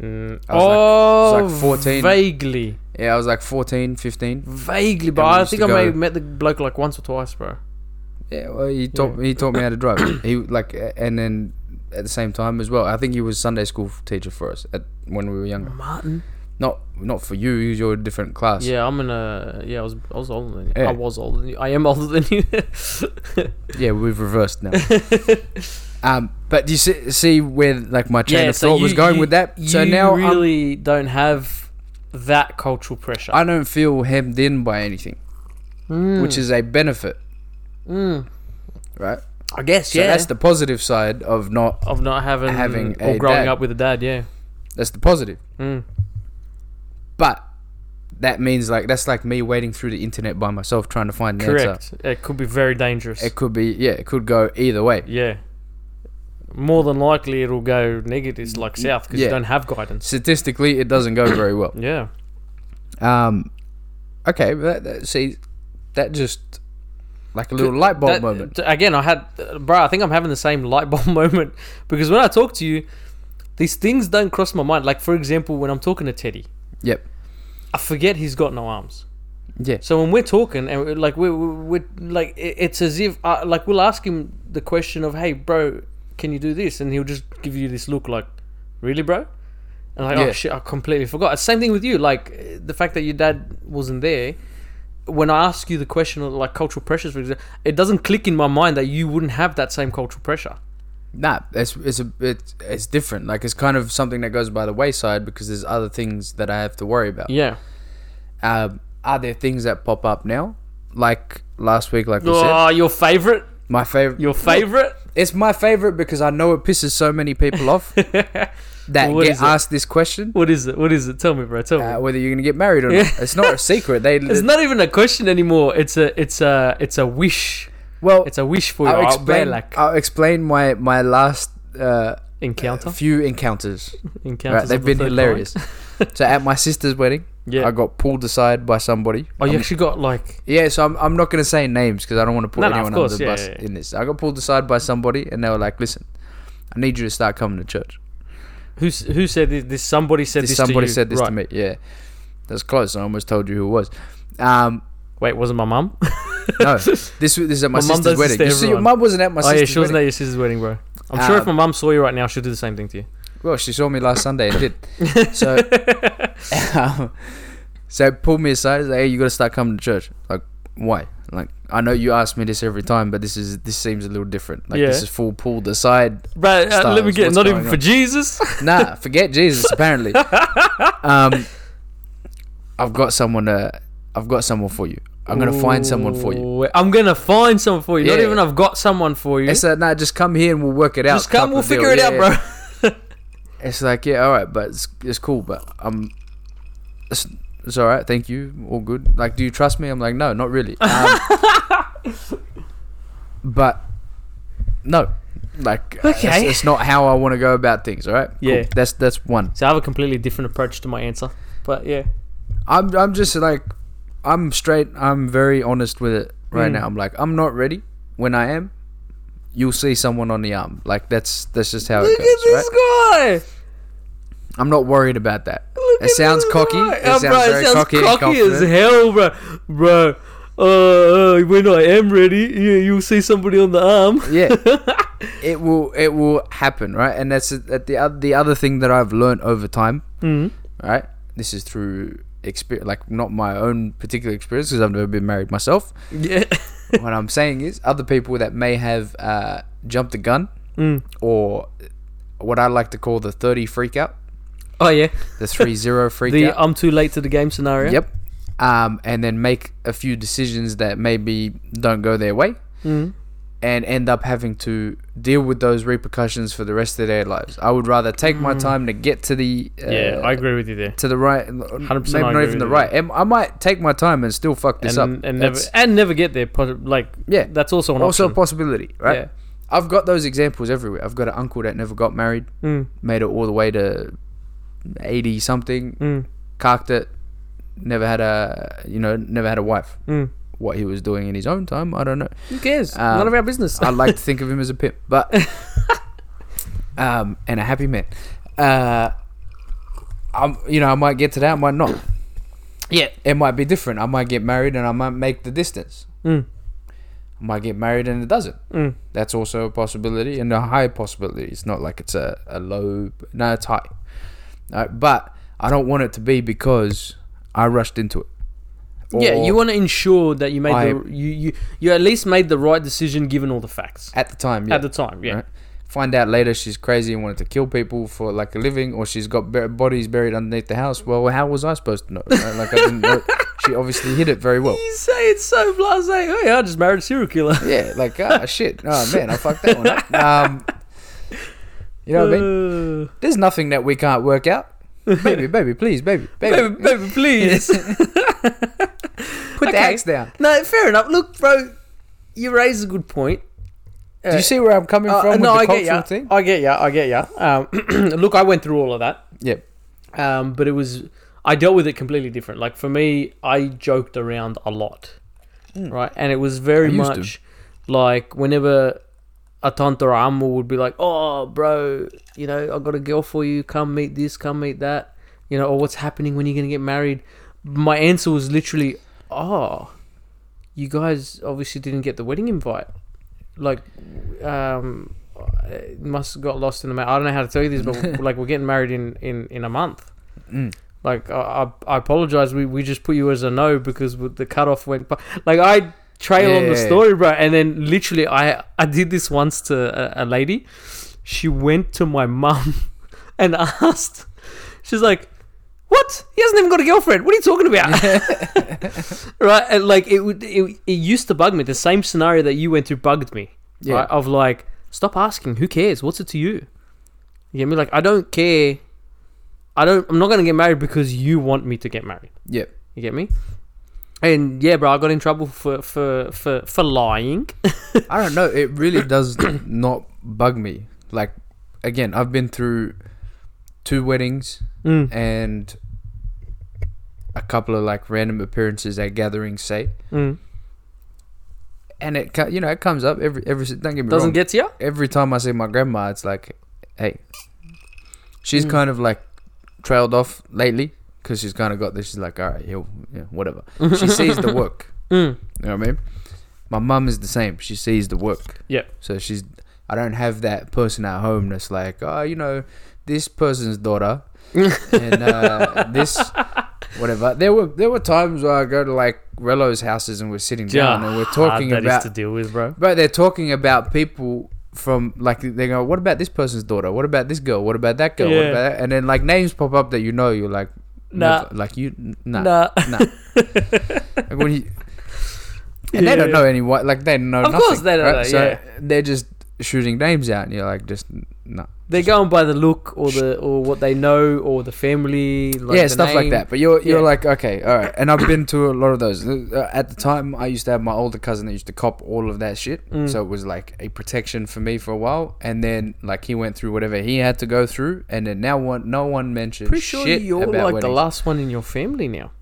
S2: Mm.
S3: I was
S2: Oh,
S3: like- I was like 14.
S2: Vaguely,
S3: Yeah, I was like 14, 15.
S2: vaguely, but
S3: And we
S2: I
S3: used
S2: think
S3: to
S2: I may
S3: go-
S2: have met the bloke like once or twice, bro.
S3: Yeah, well, he taught
S2: Yeah.
S3: he taught me how to
S2: *coughs*
S3: drive. he like, a- and then at the same time as well, I think he was Sunday school teacher for us at when we were younger.
S2: Martin.
S3: Not not for you. He was your different class.
S2: Yeah, I'm in a. Yeah, I was. I was older than you.
S3: Yeah.
S2: I was older than you. I am older than you. *laughs*
S3: Yeah, we've reversed now. um, but do you see, see where like my train
S2: yeah,
S3: of thought was
S2: you-
S3: going
S2: you-
S3: with that? So
S2: you
S3: now I'm-
S2: really don't have that cultural pressure,
S3: I don't feel hemmed in by anything,
S2: Mm,
S3: which is a benefit,
S2: mm.
S3: right?
S2: I guess.
S3: So
S2: yeah,
S3: that's the positive side of not.
S2: of not having,
S3: having
S2: or
S3: a
S2: growing
S3: dad.
S2: up with a dad. Yeah.
S3: That's the positive.
S2: Mm.
S3: But that means like that's like me wading through the internet by myself trying to find an answer.
S2: Correct. It could be very dangerous.
S3: It could be yeah, it could go either way.
S2: yeah. More than likely, it'll go negative, like south, because
S3: yeah.
S2: you don't have guidance.
S3: Statistically, it doesn't go very well.
S2: Yeah.
S3: Um, okay, but that, that, see, that just like a little light bulb
S2: That-
S3: moment.
S2: t- Again, I had, uh, bro. I think I'm having the same light bulb *laughs* moment because when I talk to you, these things don't cross my mind. Like for example, when I'm talking to Teddy,
S3: Yep.
S2: I forget he's got no arms.
S3: Yeah.
S2: So when we're talking and we're, like we're, we're, we're like it- it's as if I, like we'll ask him the question of hey bro can you do this and he'll just give you this look like really bro and like
S3: Yeah.
S2: oh shit I completely forgot same thing with you like eh, the fact that your dad wasn't there when I ask you the question of like cultural pressures for example it doesn't click in my mind that you wouldn't have that same cultural pressure
S3: Nah, it's it's a it's, it's different. Like it's kind of something that goes by the wayside because there's other things that I have to worry about.
S2: yeah
S3: Um, are there things that pop up now? Like last week, like we said,
S2: oh your favorite
S3: my favorite.
S2: your favorite *laughs*
S3: It's my favorite because I know it pisses so many people off. that
S2: What
S3: get
S2: is it?
S3: asked this question
S2: What is it? What is it? Tell me, bro. Tell me.
S3: uh, whether you're going to get married or not.
S2: *laughs* Yeah.
S3: It's not a secret. They
S2: it's not even a question anymore. It's a it's a it's a wish.
S3: well.
S2: It's a wish for your
S3: I'll
S2: explain,
S3: explain.
S2: like
S3: I'll explain my my last uh, *laughs*
S2: encounter.
S3: few encounters. Right,
S2: Encounters.
S3: they've
S2: of the
S3: been
S2: third
S3: hilarious. so at my sister's wedding,
S2: kind. Yeah.
S3: I got pulled aside by somebody.
S2: oh, you
S3: I'm-
S2: actually got like
S3: Yeah, so I'm, I'm not going to say names because I don't want to put
S2: No, no, of
S3: anyone
S2: course,
S3: under the
S2: yeah,
S3: bus
S2: yeah, yeah.
S3: in this. I got pulled aside by somebody and they were like, listen, I need you to start coming to church.
S2: who s- who said this? this somebody said this.
S3: This,
S2: to
S3: somebody
S2: you.
S3: said this
S2: Right.
S3: to me. Yeah. That's close. I almost told you who it was. Um,
S2: Wait, wasn't my mum? Oh, *laughs*
S3: no, this was this is at my,
S2: My mum
S3: sister's
S2: does this
S3: wedding.
S2: to
S3: You see, your
S2: everyone.
S3: mum wasn't at my
S2: oh
S3: sister's
S2: yeah, she wasn't at
S3: wedding.
S2: your sister's wedding, bro. I'm sure if my
S3: Um,
S2: mum saw you right now, she'll do the same thing to you.
S3: Well, she saw me last Sunday and did.
S2: *laughs*
S3: So, um, so pulled me aside. Like, hey, you got to start coming to church. Like, why? Like, I know you ask me this every time, but this is this seems a little different. Like,
S2: Yeah.
S3: this is full pulled aside.
S2: Bro, uh, let me
S3: Styles,
S2: get
S3: what's
S2: not even
S3: going
S2: for
S3: on?
S2: Jesus.
S3: nah, forget Jesus. Apparently, um, I've got someone. Uh, I've got someone for you. *laughs* I'm gonna find someone for you.
S2: Ooh, I'm gonna find someone for you. Not
S3: Yeah.
S2: even I've got someone for you.
S3: It's like, nah, just come here and we'll work it out.
S2: Just come,
S3: type
S2: we'll
S3: of deal.
S2: figure it
S3: Yeah,
S2: out,
S3: yeah.
S2: bro. *laughs*
S3: It's like, yeah, all right, but it's, it's cool, but um, it's, it's all right. Thank you, all good. Like, do you trust me? I'm like, no, not
S2: *laughs*
S3: really. Um, but no, like, uh, it's,
S2: Okay.
S3: it's not how I want to go about things. All right, Cool.
S2: Yeah.
S3: that's that's one.
S2: So I have a completely different approach to my answer. But yeah.
S3: I'm I'm just like I'm straight. I'm very honest with it right
S2: Mm.
S3: now. I'm like I'm not ready. When I am, you'll see someone on the arm. Like that's that's just how it
S2: Look at
S3: goes. Right?
S2: this guy.
S3: I'm not worried about that.
S2: Look
S3: it
S2: at
S3: sounds
S2: this
S3: cocky.
S2: guy.
S3: It
S2: Oh,
S3: sounds
S2: bro,
S3: very cocky, and
S2: as
S3: confident.
S2: hell, bro. Bro. Uh, when I am ready, you, you'll see somebody on the arm.
S3: yeah, it will it will happen, right? And that's that the oth- the other thing that I've learned over time,
S2: Mm.
S3: right? This is through experience, like not my own particular experience because I've never been married myself. *laughs*
S2: Yeah.
S3: what I'm saying is other people that may have uh, jumped the gun
S2: Mm.
S3: or what I like to call the 30 freak out,
S2: Oh, yeah.
S3: the 3 0 freak
S2: The
S3: out.
S2: I'm too late to the game scenario.
S3: Yep. Um, and then make a few decisions that maybe don't go their way
S2: Mm.
S3: and end up having to deal with those repercussions for the rest of their lives. I would rather take my time to get to the uh,
S2: Mm. Yeah, I agree with you there.
S3: to the right, maybe
S2: I
S3: not
S2: agree
S3: even the
S2: with you.
S3: right. Am- I might take my time and still fuck this
S2: And,
S3: up.
S2: and never
S3: That's
S2: and never get there. pos- Like
S3: Yeah.
S2: that's also an
S3: also a
S2: option.
S3: possibility, right?
S2: Yeah.
S3: I've got those examples everywhere. I've got an uncle that never got married,
S2: Mm,
S3: made it all the way to 80 something,
S2: mm,
S3: cocked it, never had a, you know, never had a wife.
S2: mm.
S3: What he was doing in his own time, I don't know.
S2: Who cares?
S3: Um,
S2: None of our business.
S3: I
S2: *laughs*
S3: like to think of him as a pimp, but um, and a happy man. Uh, I'm, you know, I might get to that, I might not.
S2: yeah.
S3: It might be different. I might get married and I might make the distance.
S2: Mm,
S3: I might get married and it doesn't.
S2: mm.
S3: That's also a possibility and a high possibility. It's not like it's a, a low. No, it's high. Uh, but I don't want it to be because I rushed into it.
S2: yeah,
S3: Or
S2: you want to ensure that you made
S3: I-
S2: the you, you you at least made the right decision given all the facts
S3: at the time. Yeah.
S2: at the time. Yeah.
S3: Right. Find out later she's crazy and wanted to kill people for like a living, or she's got bur- bodies buried underneath the house. Well, how was I supposed to know? Right? Like I didn't know. She obviously hid it very well.
S2: You say it's so blase. Hey, I just married a serial killer.
S3: Yeah, like ah shit. Oh man, I fucked that one up. Um, you know what I mean?
S2: Uh,
S3: There's nothing that we can't work out. Baby, baby, please, baby, baby,
S2: baby, baby,
S3: *laughs*
S2: please.
S3: put the
S2: okay.
S3: axe down.
S2: no, fair enough. Look, bro, you raise a good point.
S3: Do you see where I'm coming
S2: Uh,
S3: from with
S2: no,
S3: the
S2: I
S3: cultural
S2: get ya.
S3: thing?
S2: I get ya. I get ya. Um, *clears throat* look, I went through all of that.
S3: Yeah,
S2: um, but it was I dealt with it completely different. Like for me, I joked around a lot, right? And it was very
S3: Hmm. I used to.
S2: much like whenever a tante or amu would be like, "Oh, bro, you know, I got a girl for you. Come meet this. Come meet that. You know, or what's happening when you're gonna get married?" My answer was literally, "Oh, you guys obviously didn't get the wedding invite. Like, um." It must have got lost in the mail. I don't know how to tell you this, but like we're getting married in in in a month. Like I, I, I apologize. We, we just put you as a no because with the cutoff went. But like I trail on the
S3: Yeah.
S2: story, bro. And then literally, I I did this once to a, a lady. She went to my mum *laughs* and asked. She's like, "What? He hasn't even got a girlfriend. What are you talking about?" right? And like it would. It, it used to bug me. The same scenario that you went through bugged me.
S3: Yeah.
S2: Right? Of like, stop asking. Who cares? What's it to you? You get me? Like I don't care. I don't. I'm not gonna get married because you want me to get married.
S3: Yep.
S2: You get me? And yeah, bro, I got in trouble for for for, for lying.
S3: I don't know. It really does not bug me. Like, again, I've been through two weddings
S2: Mm.
S3: and a couple of like random appearances at gatherings, say,
S2: Mm.
S3: and it co- you know it comes up every every. Don't get me
S2: Doesn't
S3: wrong.
S2: get to you.
S3: every time I see my grandma, it's like, hey, she's
S2: Mm.
S3: kind of like trailed off lately because she's kind of got this. She's like, all right, yeah, yeah, whatever. She sees
S2: *laughs*
S3: the work.
S2: Mm.
S3: You know what I mean? My mum is the same. She sees the work.
S2: Yeah.
S3: So she's. I don't have that person at home that's like, oh, you know, this person's
S2: *laughs*
S3: daughter, and uh, this, whatever. There were there were times where I go to like Rello's houses and we're sitting down and we're talking
S2: Ah, that is
S3: about
S2: to deal with, bro.
S3: but they're talking about people from like they go, what about this person's daughter? What about this girl? What about that girl? What
S2: Yeah.
S3: about that? And then like names pop up that you know. You're like,
S2: Nah.
S3: never- like you, n- nah, nah.
S2: Nah. *laughs*
S3: Like, when you, and they don't
S2: Yeah.
S3: know anyone. Like they know.
S2: Of
S3: nothing,
S2: course they don't
S3: right?
S2: know,
S3: So
S2: yeah.
S3: they're just shooting names out, and you're like, just no.
S2: They're going by the look or the or what they know or the family. Like
S3: yeah,
S2: the
S3: stuff like
S2: name.
S3: that. But you're you're
S2: Yeah.
S3: like, okay, all right. And I've been to a lot of those. Uh, At the time, I used to have my older cousin that used to cop all of that shit,
S2: Mm.
S3: so it was like a protection for me for a while. And then like he went through whatever he had to go through, and then now one no one mentioned
S2: Pretty sure
S3: shit
S2: you're like
S3: about
S2: the
S3: weddings.
S2: last one in your family now.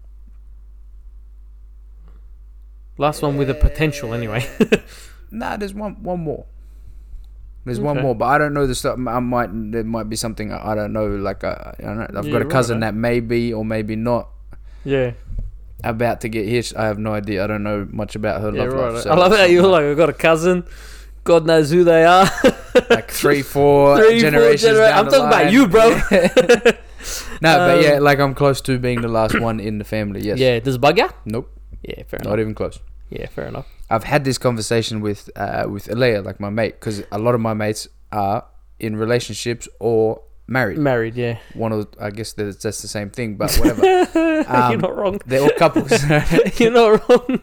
S2: Last one with a potential, anyway.
S3: Nah, there's one one more. There's one
S2: Okay.
S3: more, but I don't know the stuff. I might there might be something I I don't know. Like uh, I, I don't know. I've
S2: Yeah,
S3: got a
S2: right,
S3: cousin
S2: right.
S3: that may be or maybe not
S2: *laughs* yeah,
S3: about to get hitched. I have no idea. I don't know much about her
S2: yeah,
S3: love
S2: right.
S3: life.
S2: I love how you're like, I've got a cousin. God knows who they are.
S3: *laughs*
S2: *laughs*
S3: like three, four
S2: Three, four
S3: generations.
S2: genera-
S3: down
S2: I'm
S3: the
S2: talking about
S3: line.
S2: you,
S3: *laughs*
S2: bro.
S3: no, but
S2: Um,
S3: yeah, like I'm close to being the last one in the family. Yes.
S2: Yeah, does it bug ya?
S3: Nope.
S2: Yeah, fair enough.
S3: Not even close.
S2: Yeah, fair enough.
S3: I've had this conversation with uh, with Alea, like my mate, because a lot of my mates are in relationships or married.
S2: Married, yeah.
S3: One of the, I guess that's, that's the same thing, but
S2: *laughs*
S3: whatever.
S2: You're
S3: Um,
S2: not
S3: *laughs*
S2: wrong. *laughs*
S3: They're all couples,
S2: You're not wrong.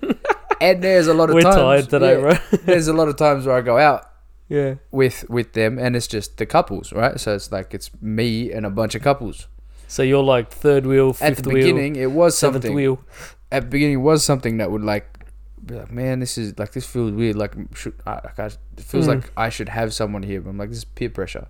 S3: and there's a lot of
S2: We're
S3: times.
S2: tired today,
S3: yeah,
S2: bro.
S3: *laughs* there's a lot of times where I go out
S2: Yeah.
S3: with with them, and it's just the couples, right? So it's like it's me and a bunch of couples.
S2: *laughs* So you're like third wheel, fifth
S3: At the
S2: wheel,
S3: beginning, it was
S2: seventh
S3: something.
S2: wheel.
S3: at the beginning was something that would like be like, man, this is like this feels weird. Like, should, I, like I, it feels
S2: Mm.
S3: like I should have someone here, but I'm like, this is peer pressure.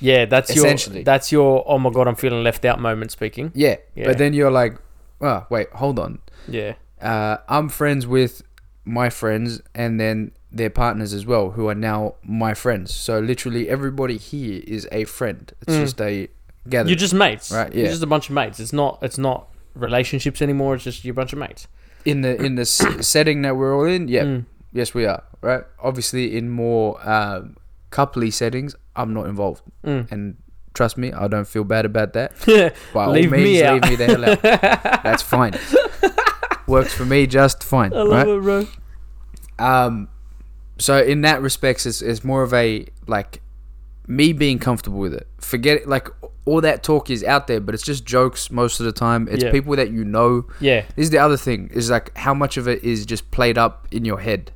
S2: Yeah, that's
S3: Essentially.
S2: your that's your oh my god, I'm feeling left out moment speaking.
S3: Yeah,
S2: Yeah.
S3: but then you're like, oh wait, hold on.
S2: Yeah.
S3: Uh, I'm friends with my friends, and then their partners as well, who are now my friends. So literally, everybody here is a friend. It's
S2: Mm.
S3: just a gathering.
S2: You're just mates.
S3: Right,
S2: You're
S3: yeah.
S2: just a bunch of mates. It's not it's not relationships anymore, it's just you're a bunch of mates. *laughs*
S3: in the in the s- *coughs* setting that we're all in. Yeah,
S2: Mm.
S3: yes, we are. Right. Obviously, in more um, coupley settings, I'm not involved.
S2: Mm.
S3: and trust me, I don't feel bad about that. By
S2: Leave
S3: all
S2: me
S3: means,
S2: out.
S3: leave me the hell
S2: *laughs*
S3: out. That's fine. Works for me just fine,
S2: I love
S3: right?
S2: it, bro.
S3: Um, so in that respects, it's, it's more of a like me being comfortable with it. Forget it, like all that talk is out there, but it's just jokes most of the time. It's
S2: Yeah.
S3: people that you know.
S2: Yeah.
S3: This is the other thing is like how much of it is just played up in your head.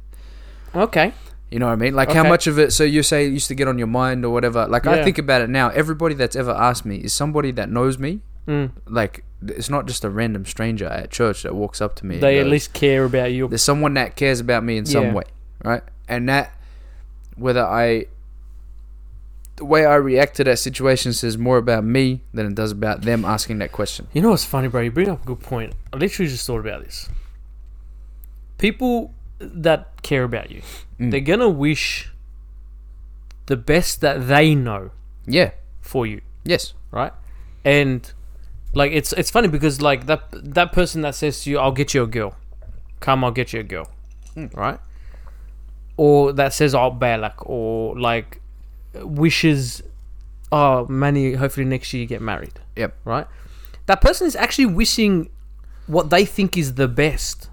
S2: Okay.
S3: You know what I mean? Like how
S2: Okay.
S3: much of it? So you say it used to get on your mind or whatever. Like I
S2: Yeah.
S3: think about it now. Everybody that's ever asked me is somebody that knows me.
S2: Mm.
S3: Like th- it's not just a random stranger at church that walks up to me. and
S2: They at
S3: goes-
S2: least care about you.
S3: there's someone that cares about me in some
S2: Yeah.
S3: way, right? And that whether I the way I react to that situation says more about me than it does about them asking that question.
S2: You know what's funny, bro? You bring up a good point. I literally just thought about this. People that care about you,
S3: Mm.
S2: they're gonna wish the best that they know
S3: Yeah.
S2: for you,
S3: Yes.
S2: right? And like it's it's funny because like that that person that says to you, "I'll get you a girl," come, I'll get you a girl, right? Or that says, "I'll bad luck," or like wishes, "Oh, Manny, hopefully next year you get married."
S3: Yep.
S2: right? That person is actually wishing what they think is the best,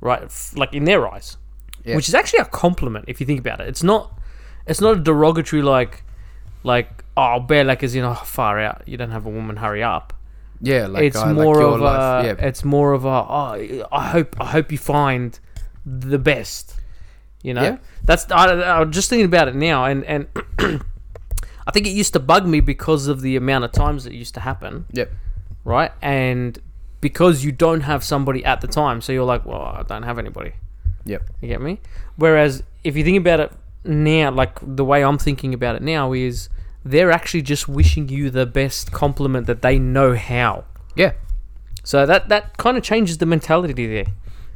S2: right? F- like in their eyes,
S3: Yeah.
S2: which is actually a compliment if you think about it. It's not, it's not a derogatory like, like oh, bare like as in oh, far out. You don't have a woman, hurry up.
S3: Yeah, like
S2: it's
S3: I,
S2: more
S3: like your
S2: of
S3: life.
S2: a, e-
S3: yeah.
S2: it's more of a oh, I hope, I hope you find the best. You know,
S3: Yeah.
S2: that's *clears throat* I, I was just thinking about it now, and and I think it used to bug me because of the amount of times it used to happen,
S3: Yep.
S2: right? And because you don't have somebody at the time, so you're like, well, I don't have anybody.
S3: Yep.
S2: You get me? Whereas if you think about it now, like the way I'm thinking about it now is they're actually just wishing you the best compliment that they know how.
S3: Yeah.
S2: So that that kind of changes the mentality there.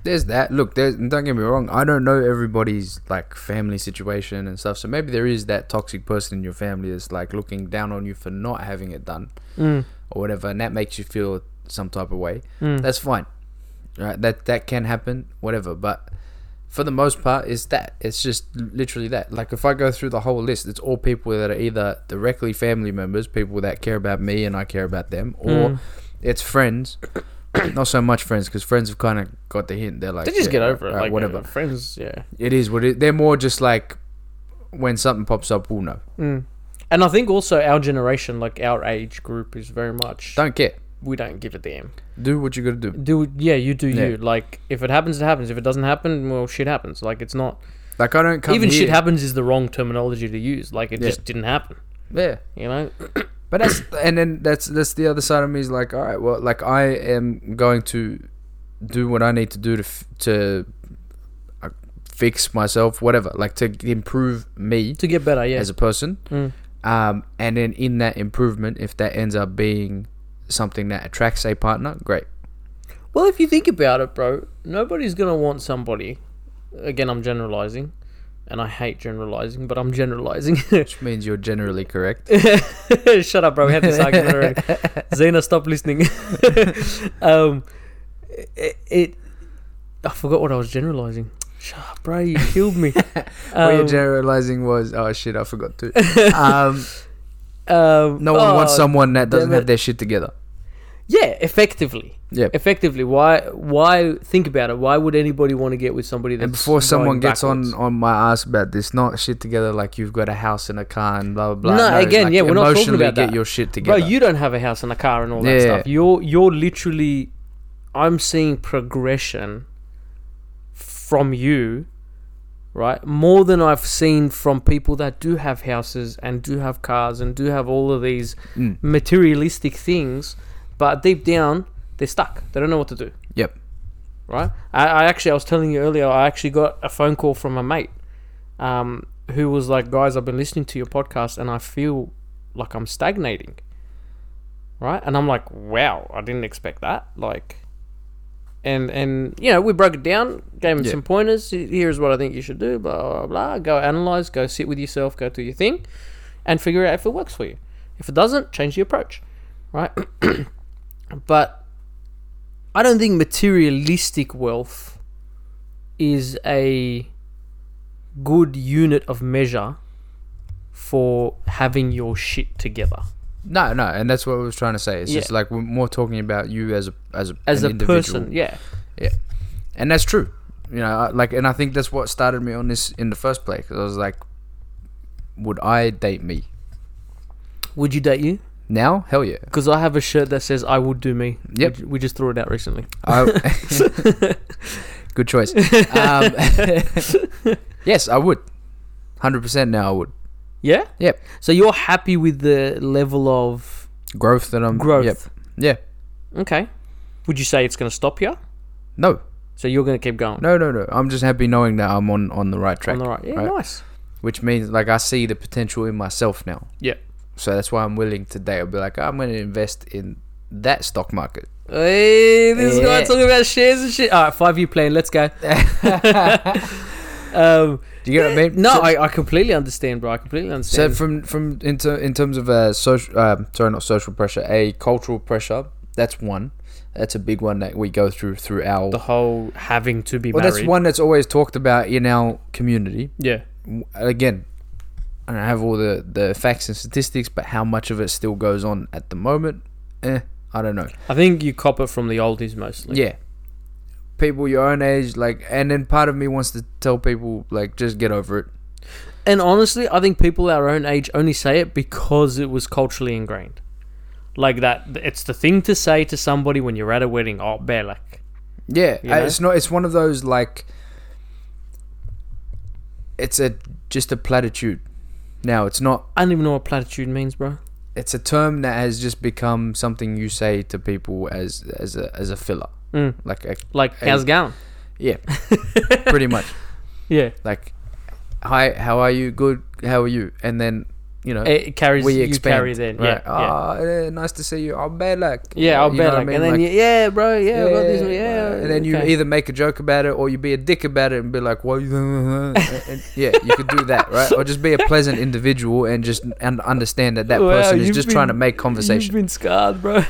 S3: There's that. Look, there's, and don't get me wrong. I don't know everybody's like family situation and stuff. So maybe there is that toxic person in your family that's like looking down on you for not having it done or whatever, and that makes you feel some type of way.
S2: Mm.
S3: That's fine, right? That that can happen, whatever. But for the most part, it's that. It's just literally that. Like if I go through the whole list, it's all people that are either directly family members, people that care about me and I care about them, or
S2: Mm.
S3: it's friends. *coughs* Not so much friends because friends have kind of got the hint. They're like,
S2: They just
S3: yeah,
S2: get over it,
S3: alright,
S2: like
S3: whatever.
S2: whatever. friends, yeah.
S3: It is what it. They're more just like when something pops up, we'll know.
S2: And I think also our generation, like our age group, is very much
S3: Don't care.
S2: we don't give a damn.
S3: Do what you gotta do.
S2: Do yeah, you do
S3: Yeah.
S2: you. Like if it happens, it happens. If it doesn't happen, well, shit happens. Like it's not
S3: Like I don't come
S2: even
S3: here.
S2: shit happens is the wrong terminology to use. Like it
S3: Yeah.
S2: just didn't happen.
S3: Yeah.
S2: You know,
S3: But that's and then that's that's the other side of me is like, all right, well, like I am going to do what I need to do to f- to uh, fix myself, whatever, like to improve me
S2: to get better. Yeah, Mm.
S3: as a person. Um, and then in that improvement, if that ends up being something that attracts a partner, great.
S2: Well, if you think about it, bro, nobody's gonna want somebody. Again, I'm generalizing, and I hate generalizing, but I'm generalizing. *laughs*
S3: Which means you're generally correct.
S2: Shut up, bro. We had this
S3: *laughs*
S2: argument already. Zena, stop listening. *laughs* um, it, it. I forgot what I was generalizing. Shut up, bro. You
S3: *laughs*
S2: killed me.
S3: what you're
S2: Um,
S3: generalizing was, oh shit, I forgot to. Um,
S2: um,
S3: no one wants
S2: *laughs* oh,
S3: someone that doesn't
S2: damn
S3: have
S2: it.
S3: their shit together.
S2: Yeah, effectively.
S3: Yeah.
S2: Effectively, why? Why think about it? Why would anybody want to get with somebody that's
S3: And before someone
S2: going
S3: gets
S2: backwards?
S3: on on my ass about this, not shit together like you've got a house and a car and blah blah blah.
S2: No, again, yeah, we're not talking
S3: emotionally
S2: about
S3: get
S2: that.
S3: your shit together.
S2: Bro, you don't have a house and a car and all that
S3: Yeah.
S2: stuff. You're you're literally I'm seeing progression from you, right? More than I've seen from people that do have houses and do have cars and do have all of these
S3: Mm.
S2: materialistic things, but deep down they're stuck. They don't know what to do,
S3: Yep.
S2: right? I, I actually I was telling you earlier, I actually got a phone call from a mate um, who was like, "Guys, I've been listening to your podcast and I feel like I'm stagnating." Right? And I'm like, "Wow, I didn't expect that." Like, and and you know, we broke it down, gave him
S3: Yeah.
S2: some pointers. Here's what I think you should do. Blah blah blah. Go analyze. Go sit with yourself. Go do your thing, and figure out if it works for you. If it doesn't, change the approach. Right? *clears throat* but I don't think materialistic wealth is a good unit of measure for having your shit together
S3: No, no, and that's what I was trying to say. It's
S2: Yeah.
S3: just like we're more talking about you as a as a
S2: as
S3: an
S2: a
S3: individual.
S2: person. Yeah,
S3: and that's true. You know, I- like, and I think that's what started me on this in the first place. 'cause I was like, would I date me
S2: would you date you?
S3: now? Hell yeah.
S2: Because I have a shirt that says "I would do me." We
S3: Yep.
S2: ju- we just threw it out recently. *laughs*
S3: I, *laughs* good choice.
S2: *laughs*
S3: Um, *laughs* yes, I would. Hundred percent. Now I would.
S2: Yeah.
S3: Yep.
S2: So you're happy with the level of
S3: Growth that I'm.
S2: growth?
S3: Yep. Yeah.
S2: Okay. Would you say it's going to stop you?
S3: No.
S2: So you're going to keep going.
S3: No. No. No. I'm just happy knowing that I'm on on the right track,
S2: On the right. Yeah.
S3: right?
S2: Nice.
S3: which means like I see the potential in myself now.
S2: Yeah.
S3: So that's why I'm willing today. I'll be like, "Ah, I'm going to invest in that stock market.
S2: Hey, this
S3: Yeah.
S2: guy talking about shares and shit. All right, five year plan. Let's
S3: *laughs*
S2: go. um,
S3: Do you get what I mean?
S2: no,
S3: So-
S2: I, I completely understand, bro. I completely
S3: So
S2: understand.
S3: from from in, ter- in terms of uh, social, um, sorry, not social pressure, a cultural pressure. That's one. That's a big one that we go through through our.
S2: the whole having to be
S3: well,
S2: married.
S3: that's one that's always talked about in our community.
S2: Yeah.
S3: W- Again, I don't have all the the facts and statistics, but how much of it still goes on at the moment? Eh, I don't know.
S2: I think you cop it from the oldies mostly.
S3: Yeah. People your own age, like, and then part of me wants to tell people, like, just get over it.
S2: And honestly, I think people our own age only say it because it was culturally ingrained. Like that, it's the thing to say to somebody when you're at a wedding. Oh, Belak.
S3: Yeah,
S2: You
S3: uh,
S2: know?
S3: it's not. It's one of those like. It's a just a platitude. Now, it's not
S2: I don't even know what platitude means, bro.
S3: it's a term that has just become something you say to people as as a as a filler.
S2: Mm.
S3: Like a,
S2: Like,
S3: Hey.
S2: how's it going?
S3: yeah.
S2: *laughs*
S3: pretty much.
S2: Yeah,
S3: Like hi, how are you? Good. How are you? And then, you know,
S2: it, it carries.
S3: we
S2: you
S3: expand.
S2: carries in.
S3: Right.
S2: Yeah, yeah.
S3: Ah, eh, nice to see you. I'll bet luck.
S2: Yeah, I'll
S3: You know
S2: bet.
S3: what I
S2: Like,
S3: mean?
S2: and then
S3: Like,
S2: you, yeah, bro, yeah, I got this,
S3: yeah,
S2: yeah.
S3: and then you
S2: okay.
S3: either make a joke about it or you be a dick about it and be like, "Well, you-" and- and- yeah, you could do that, right? Or just be a pleasant individual and just and understand that that
S2: Wow,
S3: person is
S2: you've
S3: just trying to
S2: been-
S3: make conversation.
S2: You've been scarred,
S3: *laughs*
S2: bro.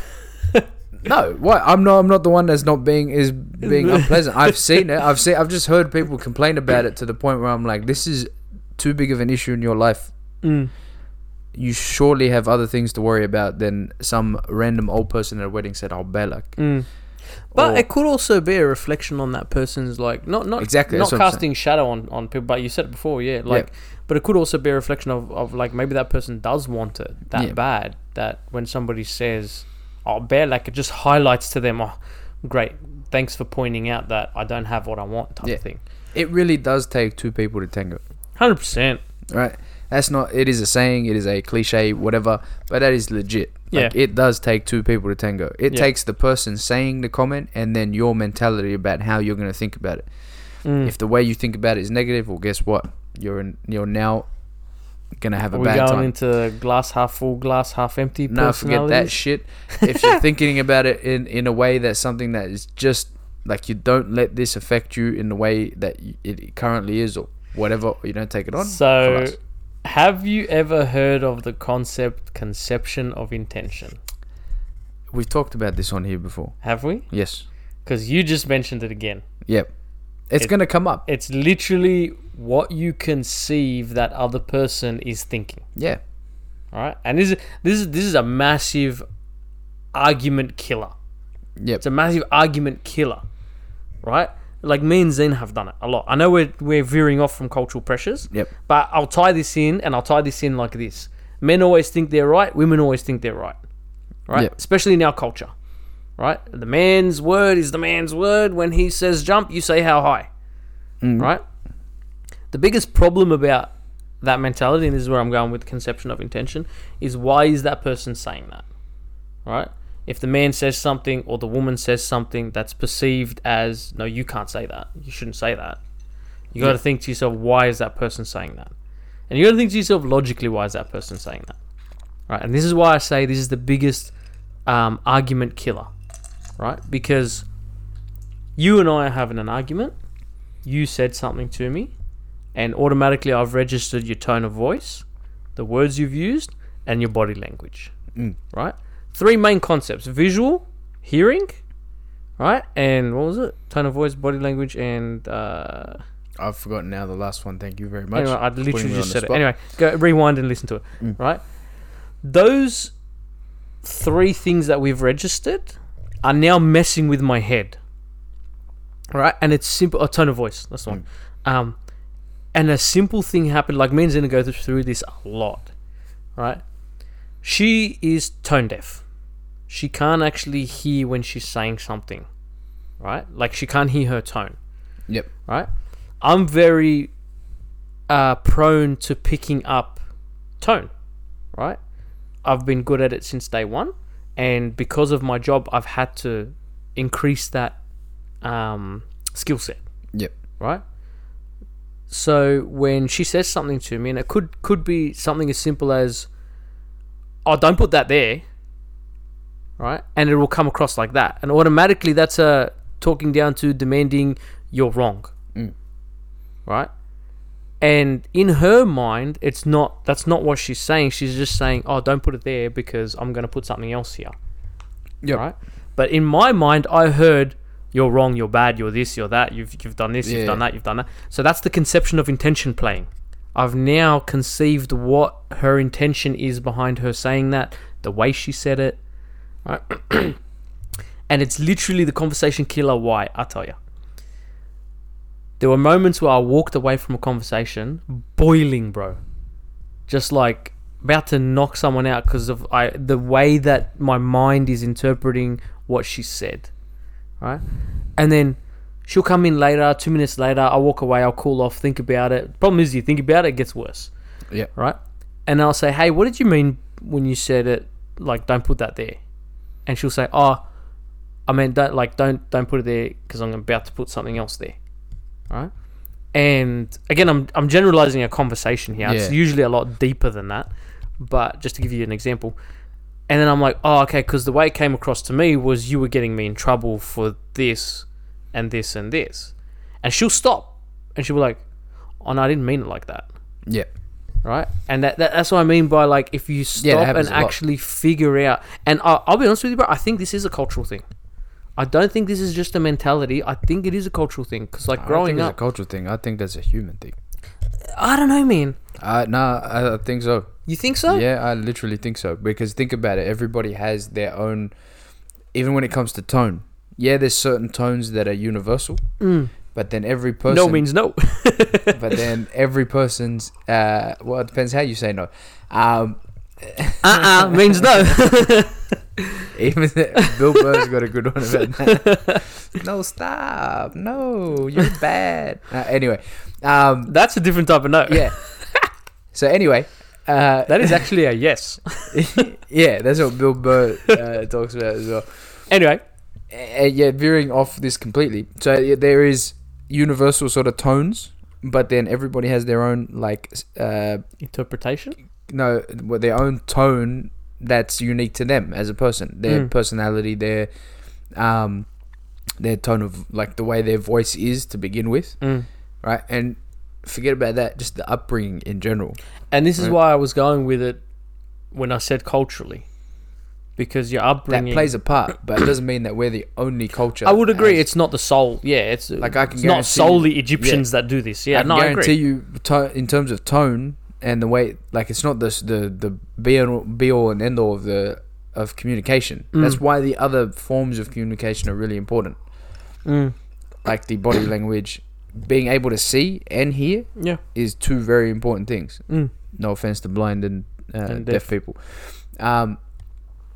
S3: No, what? I'm not. I'm not the one that's not being is
S2: *laughs*
S3: being unpleasant. I've seen it. I've seen. I've just heard people complain about it to the point where I'm like, this is too big of an issue in your life.
S2: Mm.
S3: You surely have other things to worry about than some random old person at a wedding said, "Oh, "I'll be like."
S2: Mm. But
S3: Or-
S2: it could also be a reflection on that person's like not not
S3: Exactly,
S2: not
S3: that's what I'm saying.
S2: casting shadow on, on people. But you said it before, yeah. Like, but it could also be a reflection of, of like maybe that person does want it that
S3: Yeah.
S2: bad that when somebody says, "Oh, bear," like it just highlights to them, "Oh, great, thanks for pointing out that I don't have what I want," type
S3: Yeah.
S2: of thing.
S3: It really does take two people to tango.
S2: Hundred percent.
S3: right? That's not. It is a saying. It is a cliche, whatever. But that is legit. Like,
S2: Yeah.
S3: It does take two people to tango. It
S2: Yeah.
S3: takes the person saying the comment and then your mentality about how you're going to think about it.
S2: Mm.
S3: If the way you think about it is negative, well, guess what? You're in, you're now gonna have a
S2: Are we
S3: bad
S2: going
S3: time.
S2: into glass half full, glass half empty?
S3: No, forget that
S2: personalities?
S3: shit. If
S2: *laughs*
S3: you're thinking about it in in a way that's something that is just like you don't let this affect you in the way that y- it currently is or whatever, you don't take it on.
S2: So,
S3: Khalas.
S2: have you ever heard of the concept conception of intention?
S3: we've talked about this on here before.
S2: Have we?
S3: Yes.
S2: Because you just mentioned it again.
S3: Yep. It's
S2: It-
S3: going to come up.
S2: It's literally what you conceive that other person is thinking.
S3: yeah.
S2: All right, and this is this is this is a massive argument killer.
S3: Yep.
S2: It's a massive argument killer, right? Like me and Zen have done it a lot. I know we're we're veering off from cultural pressures.
S3: Yep.
S2: But I'll tie this in, and I'll tie this in like this: men always think they're right, women always think they're right, right?
S3: Yep.
S2: Especially in our culture, right? The man's word is the man's word. When he says jump, you say how high,
S3: Mm.
S2: right? The biggest problem about that mentality, and this is where I'm going with conception of intention, is why is that person saying that, right? If the man says something or the woman says something that's perceived as no, you can't say that, you shouldn't say that. You got to think to yourself, why is that person saying that? And you got to think to yourself, logically, why is that person saying that? Right? And this is why I say this is the biggest um, argument killer, right? Because you and I are having an argument. You said something to me, and automatically I've registered your tone of voice, the words you've used, and your body language, right? Three main concepts visual, hearing, right? And what was it? Tone of voice, body language, and. Uh,
S3: I've forgotten now the last one. Thank you very much.
S2: Anyway, I
S3: for putting
S2: literally
S3: me on
S2: just
S3: the
S2: said it.
S3: spot. Mm.
S2: Anyway, go rewind and listen to it. Right? Those three things that we've registered are now messing with my head. Right? And it's simple a tone of voice. That's the one.
S3: Mm.
S2: Um and a simple thing happened, like me and Zena go through this a lot. Right? She is tone deaf. She can't actually hear when she's saying something. Right? Like she can't hear her tone
S3: Yep.
S2: right? I'm very uh, prone to picking up tone, right? I've been good at it since day one, and because of my job, I've had to increase that um, skill set,
S3: Yep.
S2: right? So when she says something to me, and it could could be something as simple as, "Oh, don't put that there," right? And it will come across like that, and automatically that's a talking down to demanding you're wrong, right? And in her mind, it's not that's not what she's saying. She's just saying, "Oh, don't put it there because I'm going to put something else here."
S3: Yep.
S2: Right? But in my mind, I heard, "You're wrong. You're bad. You're this. You're that. You've you've done this.
S3: Yeah.
S2: You've done that. You've done that." So that's the conception of intention playing. I've now conceived what her intention is behind her saying that, the way she said it, right? *clears throat* and it's literally the conversation killer. Why I tell you. There were moments where I walked away from a conversation boiling, bro. Just like about to knock someone out because of I the way that my mind is interpreting what she said, right? And then she'll come in later. Two minutes later, I walk away. I'll cool off, think about it. Problem is, you think about it, it gets worse,
S3: Yep.
S2: right? and I'll say, "Hey, what did you mean when you said it? Like, don't put that there." And she'll say, "Oh, I mean, don't like, don't don't put it there because I'm about to put something else there." All right. And again, I'm I'm generalizing a conversation here. It's
S3: Yeah.
S2: usually a lot deeper than that, but just to give you an example. And then I'm like, "Oh, okay," because the way it came across to me was you were getting me in trouble for this, and this, and this. And she'll stop, and she'll be like, "Oh no, I didn't mean it like that."
S3: Yeah.
S2: right? And that, that that's what I mean by like if you
S3: Yeah, that
S2: stop
S3: happens
S2: and
S3: a lot.
S2: actually figure out. And I, I'll be honest with you, bro. I think this is a cultural thing. I don't think this is just a mentality. I think it is a cultural thing because like
S3: I don't
S2: growing
S3: think it's
S2: up,
S3: a cultural thing. I think that's a human thing.
S2: I don't know, man.
S3: Uh, nah, I, I think so.
S2: You think so?
S3: Yeah, I literally think so. Because think about it, everybody has their own. Even when it comes to tone, yeah, there's certain tones that are universal.
S2: Mm.
S3: But then every person,
S2: No means no.
S3: *laughs* but then every person's. Uh, well, it depends how you say no. Um, *laughs* Uh-uh,
S2: *laughs* uh uh means no.
S3: even the, Bill Burr's got a good one about that.
S2: *laughs*
S3: no, stop! No, you're bad. Uh, anyway, um,
S2: That's a different type of no. *laughs*
S3: yeah. So anyway, uh,
S2: That is actually a yes.
S3: *laughs* yeah, that's what Bill Burr uh, talks about as well.
S2: Anyway,
S3: uh, yeah, veering off this completely. So yeah, there is universal sort of tones, but then everybody has their own like s- uh,
S2: interpretation.
S3: no, well, their own tone that's unique to them as a person, their
S2: Mm.
S3: personality, their um, their tone of like the way their voice is to begin with,
S2: Mm.
S3: right? And forget about that, just the upbringing in general.
S2: And this is
S3: Right.
S2: why I was going with it when I said culturally, because your upbringing
S3: That plays a part, but it doesn't mean that we're the only culture.
S2: I would agree.
S3: has-
S2: It's not the sole. Yeah, it's
S3: uh, Like, I can
S2: it's not
S3: guarantee you-
S2: solely Egyptians that do this. Yeah,
S3: I can
S2: no, I
S3: guarantee
S2: agree.
S3: you, to- in terms of tone and the way, like it's not this the the be all, be all and end all of the of communication. That's why the other forms of communication are really important,
S2: Mm,
S3: like the
S2: *coughs*
S3: body language, being able to see and hear
S2: yeah,
S3: is two very important things.
S2: Mm.
S3: No offense to blind and, uh,
S2: And
S3: deaf.
S2: deaf.
S3: people. Um,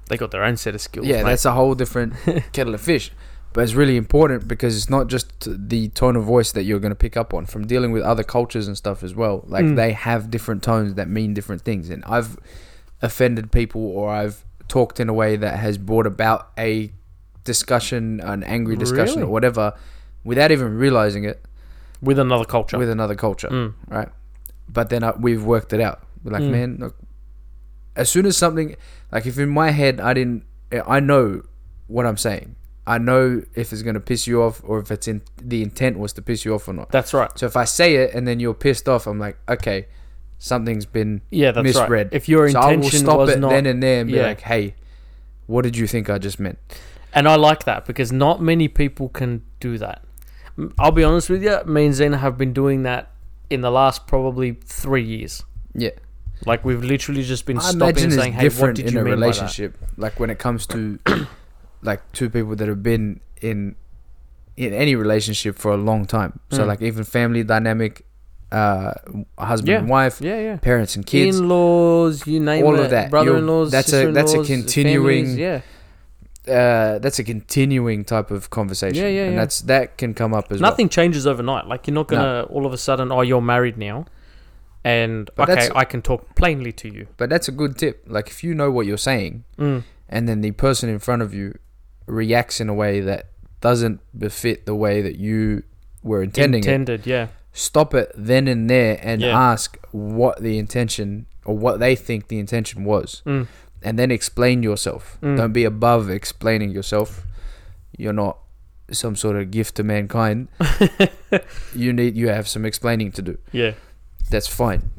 S2: they got their own set of skills.
S3: yeah,
S2: mate.
S3: that's a whole different *laughs* kettle of fish. But it's really important because it's not just the tone of voice that you're going to pick up on from dealing with other cultures and stuff as well. Like
S2: Mm.
S3: they have different tones that mean different things, and I've offended people or I've talked in a way that has brought about a discussion, an angry discussion
S2: Really?
S3: or whatever, without even realizing it
S2: with another culture.
S3: with another culture,
S2: Mm.
S3: right? But then I, we've worked it out. We're like,
S2: Mm.
S3: man, look, as soon as something, like if in my head I didn't, I know what I'm saying. I know if it's gonna piss you off or if it's in the intent was to piss you off or not.
S2: that's right.
S3: So if I say it and then you're pissed off, I'm like, okay, something's been
S2: Yeah, that's
S3: misread.
S2: right. If your
S3: so I will
S2: intention
S3: stop
S2: was
S3: it
S2: not,
S3: then and there and be
S2: Yeah.
S3: like, hey, what did you think I just meant?
S2: and I like that because not many people can do that. M- I'll be honest with you. Me and Zena have been doing that in the last probably three years.
S3: Yeah.
S2: Like we've literally just been
S3: I
S2: stopping
S3: imagine
S2: and
S3: it's
S2: saying, "Hey, what
S3: different
S2: did
S3: in
S2: you
S3: a
S2: mean
S3: relationship. Like when it comes
S2: *coughs*
S3: to like two people that have been in in any relationship for a long time. So
S2: Mm.
S3: like even family dynamic, uh, husband
S2: Yeah.
S3: and wife,
S2: by that?" Yeah, yeah.
S3: parents and kids.
S2: In-laws, you name
S3: all of
S2: it,
S3: that. You're-
S2: brother-in-laws,
S3: that's a- that's a
S2: sister-in-laws,
S3: continuing-
S2: families, yeah.
S3: uh, that's a continuing type of conversation.
S2: Yeah, yeah,
S3: And
S2: yeah.
S3: that's that can come up as well.
S2: Nothing changes overnight. Like you're not gonna all of a sudden, oh, you're married now, and
S3: But
S2: okay,
S3: that's-
S2: I can talk plainly to you.
S3: But that's a good tip. Like if you know what you're saying,
S2: Mm.
S3: and then the person in front of you reacts in a way that doesn't befit the way that you were intending it.
S2: Intended, yeah.
S3: stop it then and there and
S2: Yeah.
S3: ask what the intention or what they think the intention was
S2: Mm.
S3: and then explain yourself
S2: Mm.
S3: don't be above explaining yourself you're not some sort of gift to
S2: *laughs*
S3: mankind you need you have some explaining to do
S2: yeah,
S3: that's fine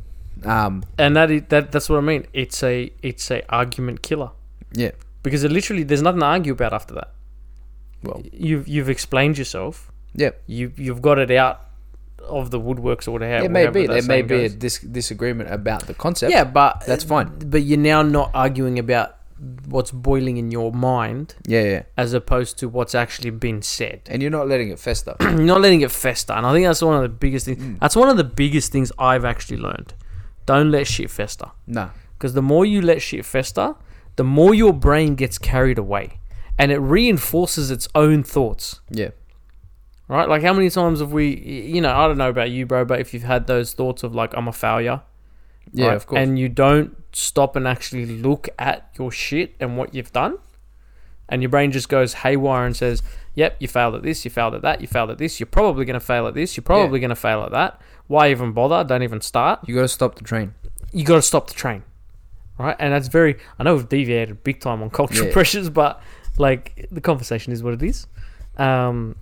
S3: um
S2: and that is, that that's what I mean. It's a it's a argument killer
S3: yeah
S2: because it literally there's nothing to argue about after that.
S3: well
S2: You've you've explained yourself.
S3: yeah
S2: You you've got it out of the woodworks or whatever.
S3: it may
S2: whatever
S3: be
S2: that
S3: there may
S2: saying
S3: be a
S2: goes.
S3: dis- disagreement about the concept
S2: yeah, but
S3: that's fine
S2: But you're now not arguing about what's boiling in your mind
S3: yeah yeah
S2: as opposed to what's actually been said.
S3: and you're not letting it fester
S2: You're *clears throat* not letting it fester. And I think that's one of the biggest things. That's one of the biggest things I've actually learned. Don't let shit fester.
S3: nah
S2: Because the more you let shit fester, the more your brain gets carried away. And it reinforces its own thoughts.
S3: yeah
S2: Right? Like how many times have we y- you know, I don't know about you, bro, but if you've had those thoughts of like I'm a failure
S3: Yeah,
S2: right?
S3: of course.
S2: And you don't stop and actually look at your shit and what you've done, and your brain just goes haywire and says, "Yep, you failed at this, you failed at that, you failed at this. You're probably going to fail at this. You're probably going to fail at that. Why even bother? Don't even start.
S3: you got to stop the train.
S2: You got to stop the train, right? And that's very. I know we've deviated big time on cultural
S3: Yeah.
S2: *laughs* pressures, but like the conversation is what it is. Um,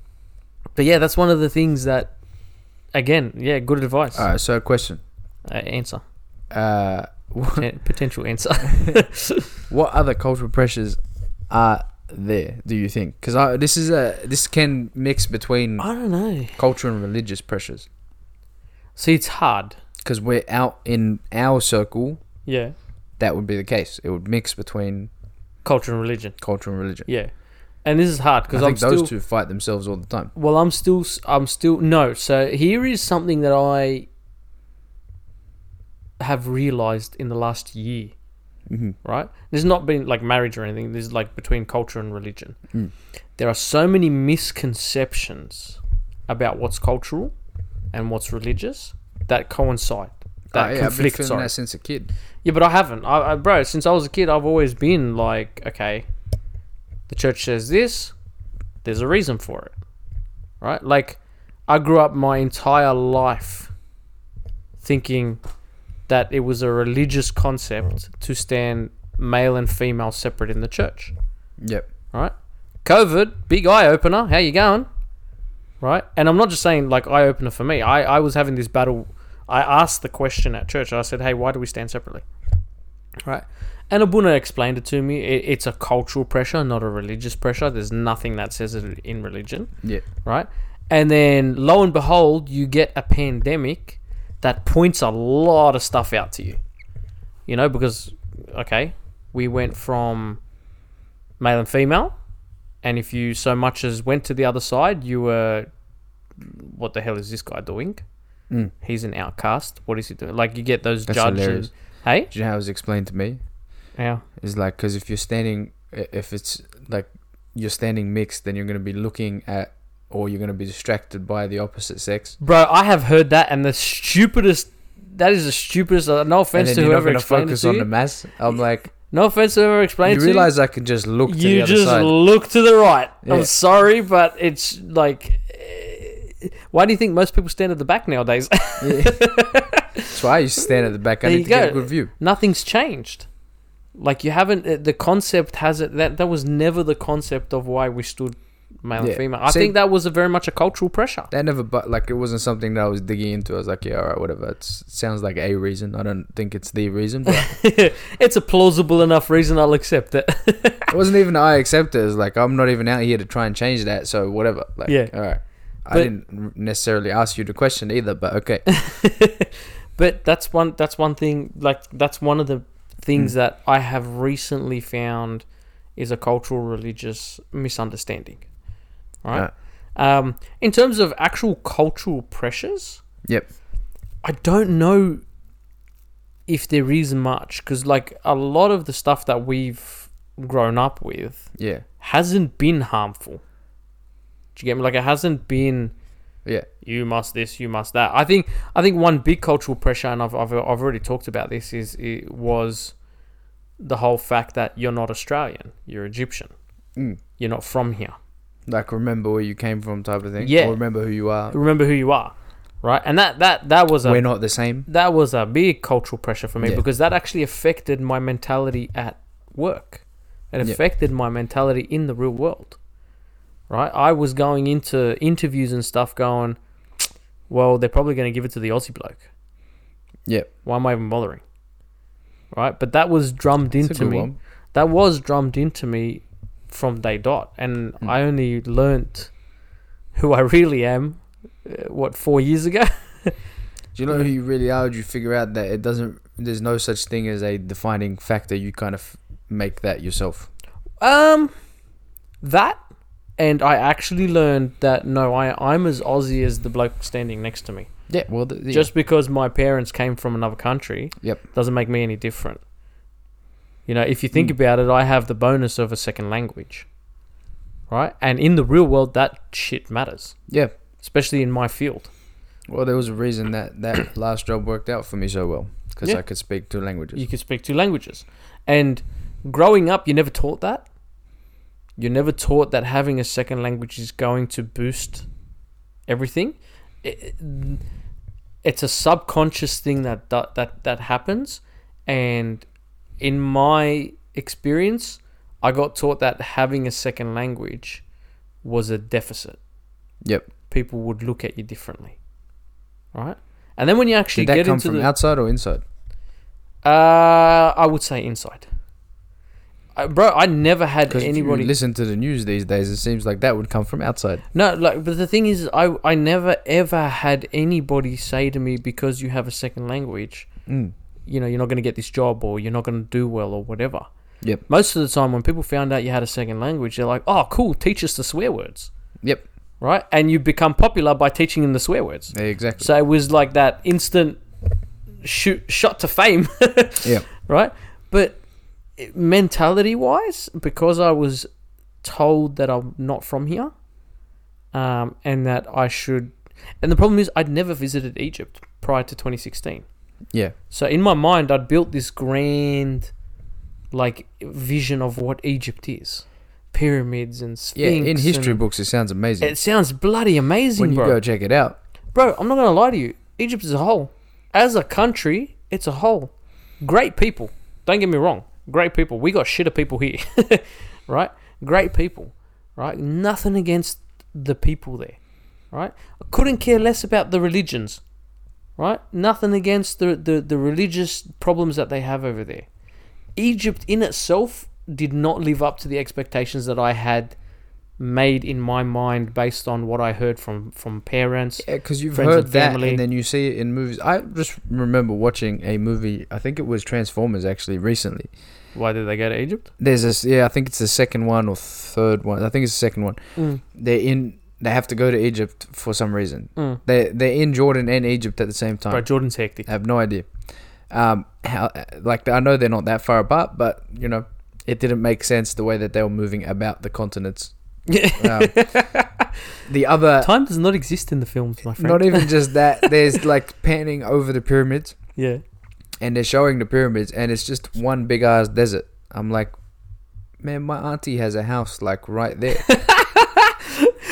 S2: but yeah, that's one of the things that, again, yeah, good advice.
S3: All right. So, question:
S2: Uh, answer. *laughs*
S3: uh, *laughs*
S2: Poten- potential answer.
S3: What other cultural pressures are there? Do you think? Because this is a this can mix between
S2: I don't know.
S3: culture and religious pressures.
S2: See, it's hard.
S3: Because we're out in our circle,
S2: Yeah.
S3: that would be the case. It would mix between
S2: Culture and religion.
S3: culture and religion.
S2: Yeah. And this is hard because
S3: I
S2: I'm
S3: think those
S2: still.
S3: two fight themselves all the time.
S2: Well, I'm still. s- I'm still. No. So here is something that I have realized in the last year.
S3: Mhm.
S2: Right. This has not been like marriage or anything. This is like between culture and religion.
S3: Mm.
S2: There are so many misconceptions about what's cultural and what's religious that coincide. That
S3: Oh, yeah, I've been
S2: conflict.
S3: feeling
S2: sorry.
S3: that since a kid.
S2: Yeah, but I haven't. I, I, bro, since I was a kid, I've always been like, okay, the church says this, there's a reason for it. Right? Like, I grew up my entire life thinking that it was a religious concept to stand male and female separate in the church.
S3: Yep.
S2: Right? COVID, big eye opener. How you going? Right? And I'm not just saying like eye opener for me. I, I was having this battle. I asked the question at church. I said, hey, why do we stand separately? Right? And Abuna explained it to me. It, it's a cultural pressure, not a religious pressure. There's nothing that says it in religion
S3: Yeah.
S2: right? And then lo and behold, you get a pandemic that points a lot of stuff out to you. You know, because okay, we went from male and female, and if you so much as went to the other side, you were what the hell is this guy doing?
S3: Mm.
S2: He's an outcast. What is he doing? Like you get those
S3: That's
S2: judges.
S3: hilarious.
S2: Hey?
S3: Do you know how it was explained to me?
S2: Yeah.
S3: It's like because if you're standing, i- if it's like you're standing mixed, then you're going to be looking at, or you're going to be distracted by the opposite sex.
S2: Bro, I have heard that and the stupidest that is the stupidest uh, no offense
S3: and
S2: to
S3: then you're not
S2: whoever
S3: going to
S2: explained it
S3: focus
S2: to
S3: on
S2: you.
S3: the mass. I'm like,
S2: no offense to whoever explained
S3: you
S2: it to you.
S3: realize I can just look to the
S2: you
S3: other
S2: just
S3: side. *laughs*
S2: look to the right.
S3: Yeah.
S2: I'm sorry, but it's like, eh, why do you think most people stand at the back nowadays? *laughs*
S3: That's why I used to stand at the back. I
S2: There
S3: need
S2: you
S3: to get a
S2: go.
S3: good view.
S2: Nothing's changed. Like you haven't. eh, The concept hasn't. That that was never the concept of why we stood male and
S3: Yeah.
S2: female. I
S3: See-
S2: think that was a very much a cultural pressure. *laughs*
S3: That never, but like, it wasn't something that I was digging into. I was like, yeah, all right, whatever. It's, it sounds like a reason. I don't think it's the reason, but *laughs*
S2: it's a plausible enough reason. I'll accept it.
S3: it wasn't even I accept it. It's like I'm not even out here to try and change that. So whatever. Like,
S2: Yeah.
S3: All right. I
S2: But-
S3: didn't necessarily ask you the question either, but *laughs* okay.
S2: but that's one that's one thing like that's one of the things that I have recently found is a cultural religious misunderstanding. Right? Um, in terms of actual cultural pressures,
S3: Yep.
S2: I don't know if there is much because like a lot of the stuff that we've grown up with
S3: Yeah.
S2: hasn't been harmful. Do you get me? Like it hasn't been
S3: Yeah.
S2: you must this, you must that. I think I think one big cultural pressure, and I've I've, I've already talked about this, is it was the whole fact that you're not Australian, you're Egyptian,
S3: Mm.
S2: you're not from here.
S3: Like remember where you came from, type of thing.
S2: Yeah.
S3: Or remember who you are.
S2: Remember who you are, right? And that that that was a
S3: We're not the same.
S2: that was a big cultural pressure for me
S3: Yeah.
S2: because that actually affected my mentality at work. It
S3: Yeah.
S2: affected my mentality in the real world. Right? I was going into interviews and stuff going, well, they're probably going to give it to the Aussie bloke.
S3: Yep.
S2: Why am I even bothering? Right? But that was drummed
S3: It's a
S2: into
S3: good
S2: me.
S3: one.
S2: That was drummed into me from day dot. And
S3: Hmm.
S2: I only learnt who I *laughs* really am, uh, what, four years ago?
S3: Do you know who you really are? Do you figure out that it doesn't? There's no such thing as a defining factor. You kind of make that yourself.
S2: Um, that, and I actually learned that no, I I'm as Aussie as the bloke standing next to me.
S3: Yeah. Well, the,
S2: Just because my parents came from another country,
S3: Yep. Mm.
S2: doesn't make me any different. You know, if you think about it, I have the bonus of a second language, right? And in the real world, that shit matters,
S3: yeah.
S2: especially in my field.
S3: *coughs* Well, there was a reason that that last job worked out for me so well. because
S2: Yeah.
S3: I could speak two languages.
S2: You could speak two languages. And growing up, you're never taught that. You're never taught that having a second language is going to boost everything. It, it- it's a subconscious thing that, that that that happens. And in my experience, I got taught that having a second language was a deficit.
S3: Yep.
S2: People would look at you differently, right? And then when you actually
S3: Did that
S2: get
S3: come
S2: into
S3: from
S2: the
S3: outside or inside?
S2: uh, I would say inside. Uh, bro, I never had
S3: Because anybody
S2: anybody.
S3: you listen to the news these days, it seems like that would come from outside.
S2: no, like, but the thing is, I I never ever had anybody say to me because you have a second language,
S3: Mm.
S2: you know, you're not going to get this job or you're not going to do well or whatever.
S3: Yep.
S2: Most of the time, when people found out you had a second language, they're like, "Oh, cool, teach us the swear words,"
S3: Yep.
S2: right? And you become popular by teaching them the swear words.
S3: Yeah, Exactly.
S2: So it was like that instant shoot shot to fame. *laughs*
S3: Yeah.
S2: Right? But mentality wise, because I was told that I'm not from here, um, and that I should and the problem is I'd never visited Egypt prior to twenty sixteen.
S3: Yeah.
S2: So in my mind I'd built this grand like vision of what Egypt is. Pyramids and
S3: Yeah.
S2: sphinx
S3: In history
S2: and-
S3: books, it sounds amazing.
S2: it sounds bloody amazing,
S3: when you
S2: bro
S3: go check it out,
S2: bro, I'm not gonna lie to you. Egypt is a whole. As a country, it's a whole. Great people. Don't get me wrong. Great people. We got shitter people here, *laughs* right? Great people, right? Nothing against the people there, right? I couldn't care less about the religions, right? Nothing against the the, the religious problems that they have over there. Egypt in itself did not live up to the expectations that I had made in my mind based on what I heard from from parents.
S3: Yeah, because you've
S2: friends
S3: heard
S2: and
S3: that,
S2: family.
S3: and then you see it in movies. I just remember watching a movie. I think it was Transformers actually recently.
S2: Why did they go to Egypt?
S3: There's this. Yeah, I think it's the second one or third one. I think it's the second one.
S2: Mm.
S3: They're in. They have to go to Egypt for some reason.
S2: Mm.
S3: They they're in Jordan and Egypt at the same time.
S2: Bro, Jordan's
S3: *laughs*
S2: hectic.
S3: I have no idea. Um, how like I know they're not that far apart, but you know, it didn't make sense the way that they were moving about the continents.
S2: *laughs*
S3: Um, the other
S2: Time does not exist in the films, my friend.
S3: Not *laughs* even just that. There's like panning over the pyramids,
S2: yeah.
S3: and they're showing the pyramids, and it's just one big ass desert. I'm like, man, my auntie has a house like right
S2: *laughs*
S3: there.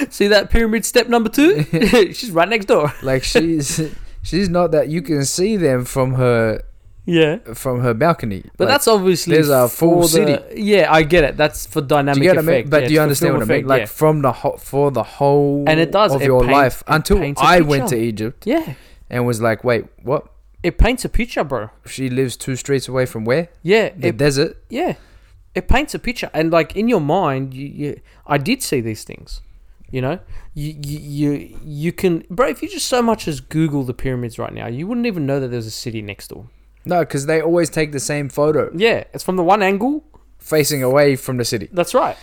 S2: See that pyramid step
S3: *laughs*
S2: number two? *laughs* She's right next door.
S3: like she's she's not that you can see them from her
S2: Yeah.
S3: from her balcony.
S2: But
S3: Like,
S2: that's obviously
S3: there's a full
S2: for the-
S3: city.
S2: Yeah, I get it. That's for dynamic
S3: do you get
S2: effect.
S3: what I mean? But
S2: Yeah,
S3: do you
S2: it's for
S3: understand
S2: film
S3: what I mean?
S2: effect,
S3: Like from the whole for the whole
S2: And it does,
S3: of
S2: it
S3: your
S2: paint-
S3: life
S2: it
S3: until
S2: paints a
S3: I went to
S2: picture.
S3: Egypt
S2: yeah. yeah.
S3: and was like, wait, what?
S2: It paints a picture, bro.
S3: She lives two streets away from where
S2: Yeah.
S3: the
S2: it-
S3: desert.
S2: yeah. It paints a picture. And like in your mind, you, you I did see these things. You know? You, you you you can bro, if you just so much as Google the pyramids right now, you wouldn't even know that there's a city next door.
S3: No, because they always take the same photo.
S2: Yeah, it's from the one angle.
S3: facing away from the city.
S2: That's right.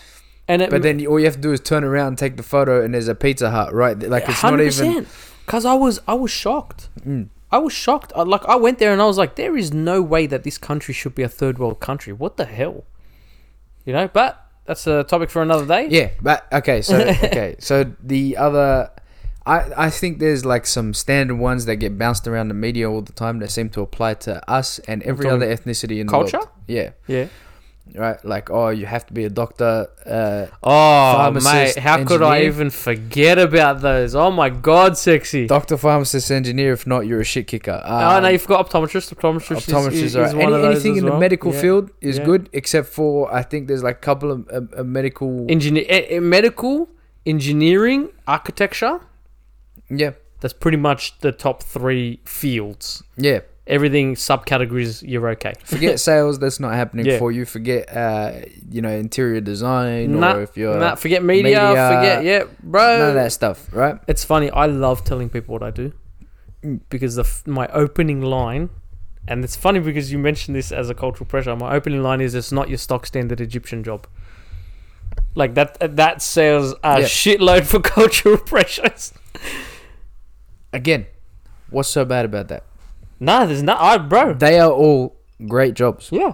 S2: And it,
S3: But then you- all you have to do is turn around and take the photo, and there's a Pizza Hut right there. Like it's not even.
S2: because I was I was shocked.
S3: Mm.
S2: I was shocked. I, like I went there and I was like, there is no way that this country should be a third world country. What the hell? You know, but that's a topic for another day.
S3: Yeah, but okay,
S2: *laughs*
S3: so okay, so the other, I I think there's like some standard ones that get bounced around the media all the time that seem to apply to us and every
S2: Talking
S3: other ethnicity in the
S2: culture?
S3: world. Yeah,
S2: Yeah.
S3: right. Like oh, you have to be a doctor.
S2: *laughs*
S3: Uh,
S2: Oh
S3: Pharmacist,
S2: mate, how could I
S3: engineer.
S2: even forget about those? Oh my god, sexy.
S3: doctor, pharmacist, engineer. If not, you're a shit kicker.
S2: oh no,
S3: Um,
S2: you've got optometrist. Optometrist, is-
S3: optometrists
S2: is, is,
S3: are
S2: one
S3: any,
S2: of those
S3: anything
S2: as
S3: in the
S2: well.
S3: medical
S2: Yeah.
S3: field is
S2: yeah.
S3: good except for I think there's like a couple of um, uh, medical
S2: Engineer, eh, eh, medical, engineering, architecture.
S3: yeah
S2: That's pretty much the top three fields.
S3: yeah
S2: Everything subcategories, you're okay.
S3: forget
S2: *laughs*
S3: sales that's not happening
S2: Yeah.
S3: for you forget uh you know interior design
S2: Nah,
S3: or if you're
S2: nah, forget media,
S3: media,
S2: forget yeah, bro.
S3: none of that stuff right
S2: It's funny. I love telling people what I do mm, because the f- my opening line, and it's funny because you mentioned this as a cultural pressure. My opening line is, "It's not your stock standard Egyptian job." Like that. That says a
S3: Yeah.
S2: shitload for *laughs* cultural pressures.
S3: again what's so bad about that
S2: nah, there's not. I bro.
S3: they are all great jobs
S2: yeah.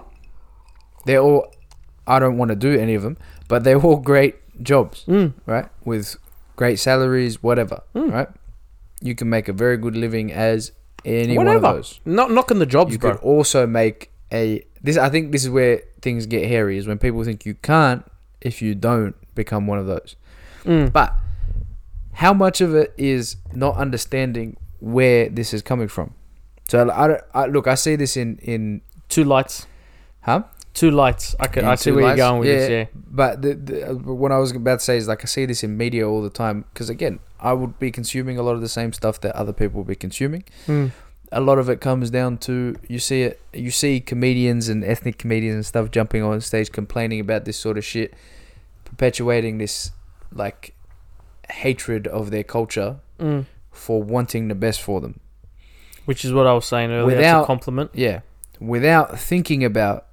S3: they're all I don't want to do any of them but they're all great jobs
S2: Mm.
S3: right? With great salaries, whatever,
S2: Mm.
S3: right? You can make a very good living as Any
S2: Whatever.
S3: one of those.
S2: Not knocking the jobs,
S3: You
S2: bro.
S3: could also make a this. I think this is where things get hairy is when people think you can't if you don't become one of those.
S2: Mm.
S3: But how much of it is not understanding where this is coming from? So I, don't- I look, I see this in in
S2: Two lights.
S3: Huh?
S2: Two lights. I could.
S3: Yeah,
S2: I see
S3: two
S2: where
S3: lights.
S2: you're going with
S3: Yeah.
S2: this. Yeah.
S3: but the, the what I was about to say is like I see this in media all the time because again, I would be consuming a lot of the same stuff that other people would be consuming.
S2: Mm.
S3: a lot of it comes down to you see it you see comedians and ethnic comedians and stuff jumping on stage complaining about this sort of shit perpetuating this like hatred of their culture
S2: Mm.
S3: for wanting the best for them
S2: Which is what I was saying earlier. it's
S3: Without-
S2: a compliment.
S3: yeah without thinking about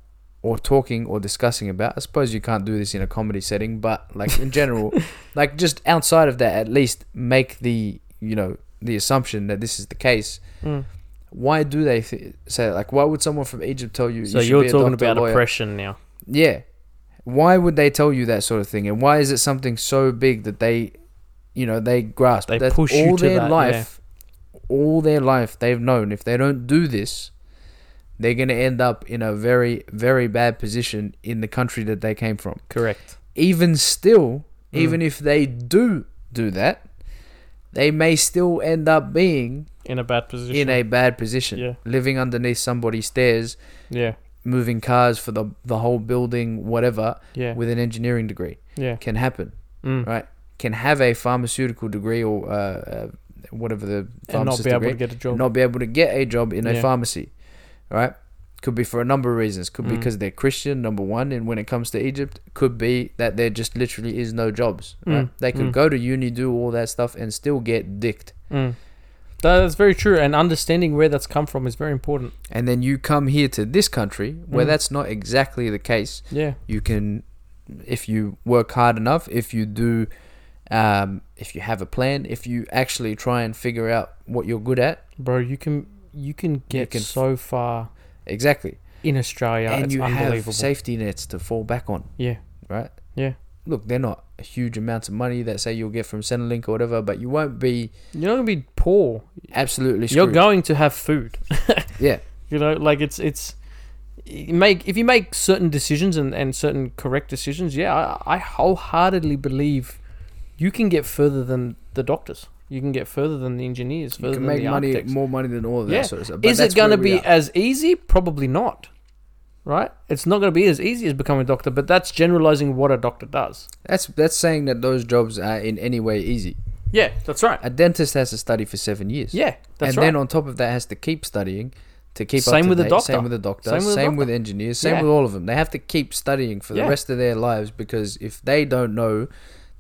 S3: or talking or discussing about i suppose you can't do this in a comedy setting but like in
S2: *laughs*
S3: general like just outside of that at least make the you know the assumption that this is the case
S2: Mm.
S3: why do they th- say that? like why would someone from egypt tell you
S2: So
S3: should
S2: you are
S3: be a
S2: talking
S3: doctor,
S2: about
S3: a lawyer?
S2: oppression now.
S3: yeah why would they tell you that sort of thing and why is it something so big that they you know they grasp
S2: They
S3: That's
S2: push you
S3: all
S2: to
S3: their
S2: that,
S3: life all their life they've known if they don't do this they're going to end up in a very very bad position in the country that they came from
S2: Correct.
S3: even still,
S2: Mm.
S3: even if they do do that, they may still end up being
S2: In a bad position.
S3: in a bad position,
S2: Yeah.
S3: living underneath somebody's stairs,
S2: yeah.
S3: moving cars for the the whole building, whatever,
S2: Yeah.
S3: with an engineering degree
S2: yeah.
S3: can happen.
S2: Mm.
S3: Right, can have a pharmaceutical degree or uh, uh, whatever the
S2: And not
S3: pharmacist
S2: be able
S3: degree,
S2: to get a job.
S3: not be able to get a job in a
S2: Yeah.
S3: pharmacy, right? Could be for a number of reasons. Could be
S2: Mm.
S3: because they're Christian, number one, and when it comes to Egypt, could be that there just literally is no jobs. Right?
S2: Mm.
S3: They could
S2: Mm.
S3: go to uni, do all that stuff, and still get dicked.
S2: Mm. That- That's very true. And understanding where that's come from is very important.
S3: And then you come here to this country where
S2: Mm.
S3: that's not exactly the case.
S2: Yeah.
S3: You can, if you work hard enough, if you do, um, if you have a plan, if you actually try and figure out what you're good at,
S2: Bro, you can you can get
S3: can f-
S2: so far
S3: exactly,
S2: in Australia.
S3: and
S2: it's
S3: you
S2: unbelievable.
S3: have safety nets to fall back on.
S2: yeah.
S3: right?
S2: Yeah.
S3: Look, they're not huge amounts of money that say you'll get from Centrelink or whatever, but you won't be
S2: You're not gonna be poor.
S3: absolutely
S2: You're
S3: screwed.
S2: going to have food.
S3: *laughs* yeah,
S2: *laughs* You know, like it's it's you make if you make certain decisions and, and certain correct decisions, yeah, I, I wholeheartedly believe you can get further than the doctors. You can get further than the engineers, further
S3: you can
S2: than
S3: make
S2: the
S3: money,
S2: architects.
S3: more money than all of that
S2: Yeah.
S3: sort of stuff. but
S2: Is it
S3: that's
S2: going to
S3: where we
S2: be
S3: are.
S2: as easy? Probably not. Right? It's not going to be as easy as becoming a doctor, but that's generalizing what a doctor does.
S3: That's that's saying that those jobs are in any way easy.
S2: Yeah, that's right.
S3: A dentist has to study for seven years.
S2: Yeah, that's
S3: and
S2: right.
S3: then on top of that has to keep studying to keep up
S2: Same
S3: to
S2: with the
S3: date,
S2: doctor.
S3: same with the doctor
S2: Same
S3: same
S2: with the
S3: with,
S2: doctor.
S3: engineers same
S2: Yeah.
S3: with all of them they have to keep studying for
S2: Yeah.
S3: the rest of their lives because if they don't know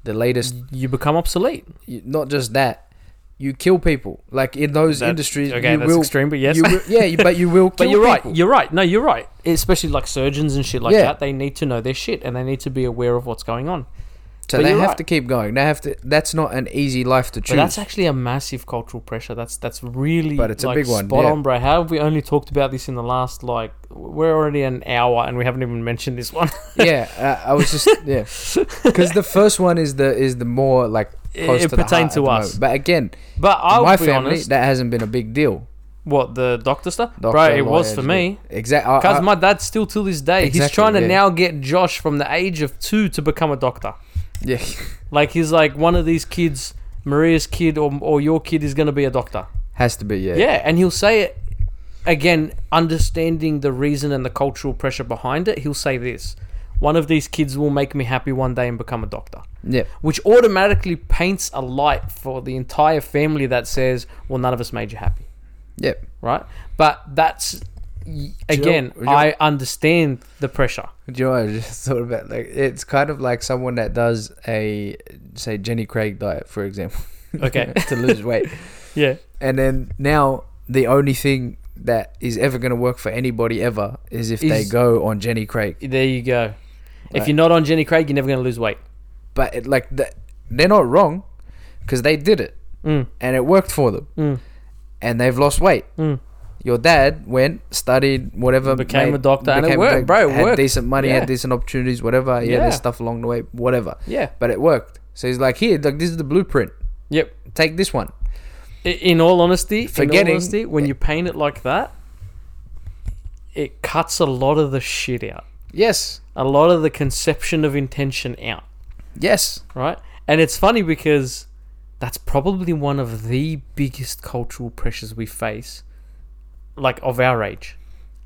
S3: the latest
S2: you become obsolete.
S3: you- not just that, you kill people. Like in those
S2: That-
S3: industries,
S2: okay,
S3: you
S2: that's
S3: will,
S2: extreme, but yes.
S3: you
S2: *laughs*
S3: will- yeah, you- but you will. Kill
S2: But you're right.
S3: people.
S2: You're right. No, you're right. Especially like surgeons and shit like
S3: Yeah.
S2: that. They need to know their shit and they need to be aware of what's going on.
S3: So
S2: but
S3: they
S2: you're
S3: have
S2: right.
S3: to keep going. They have to. That's not an easy life to
S2: But
S3: choose.
S2: that's actually a massive cultural pressure. That's that's really
S3: But it's a
S2: like,
S3: big one,
S2: Spot
S3: yeah.
S2: on, bro. How have we only talked about this in the last like we're already an hour and we haven't even mentioned this one. *laughs*
S3: yeah, uh, I was just yeah, because the first one is the is the more like
S2: It-
S3: close
S2: it
S3: to the heart
S2: pertained to
S3: at the
S2: us.
S3: moment. But again,
S2: But I'll
S3: my
S2: be
S3: family
S2: honest.
S3: that hasn't been a big deal.
S2: What the doctor stuff, bro?
S3: Doctor,
S2: It was
S3: lawyer,
S2: for me
S3: Exactly.
S2: because my dad still till this day he's
S3: uh, Exactly,
S2: trying to
S3: yeah.
S2: now get Josh from the age of two to become a doctor.
S3: yeah, *laughs*
S2: Like he's like one of these kids, Maria's kid or or your kid is gonna be a doctor.
S3: has to be yeah.
S2: Yeah, and he'll say it again, understanding the reason and the cultural pressure behind it. He'll say this: one of these kids will make me happy one day and become a doctor.
S3: yeah.
S2: Which automatically paints a light for the entire family that says, "Well, none of us made you happy."
S3: yeah.
S2: right? But that's y-
S3: you know-
S2: again,
S3: you know-
S2: I understand the pressure.
S3: Do you know what *laughs* I just thought about? Like, it's kind of like someone that does a say Jenny Craig diet, for example. *laughs*
S2: Okay.
S3: to lose weight,
S2: Yeah,
S3: and then now the only thing that is ever going to work for anybody ever is if they
S2: Is-
S3: go on Jenny Craig.
S2: there you go. If
S3: Right.
S2: you're not on Jenny Craig, you're never going to lose weight.
S3: But it, like that, they're not wrong because they did it
S2: Mm,
S3: and it worked for them,
S2: mm,
S3: and they've lost weight.
S2: mm.
S3: Your dad went, studied, whatever,
S2: Became a doctor and it
S3: became a doc-
S2: worked, bro, it
S3: had
S2: worked.
S3: decent money,
S2: Yeah.
S3: had decent opportunities, whatever. yeah,
S2: Yeah.
S3: there's stuff along the way, whatever.
S2: Yeah.
S3: but it worked. So he's like, here, like this is the blueprint.
S2: Yep.
S3: Take this one.
S2: I- In all honesty, in all
S3: Forgetting-
S2: honesty, when you paint it like that, it cuts a lot of the shit out,
S3: Yes.
S2: a lot of the conception of intention out,
S3: Yes.
S2: right? And it's funny because that's probably one of the biggest cultural pressures we face, like of our age,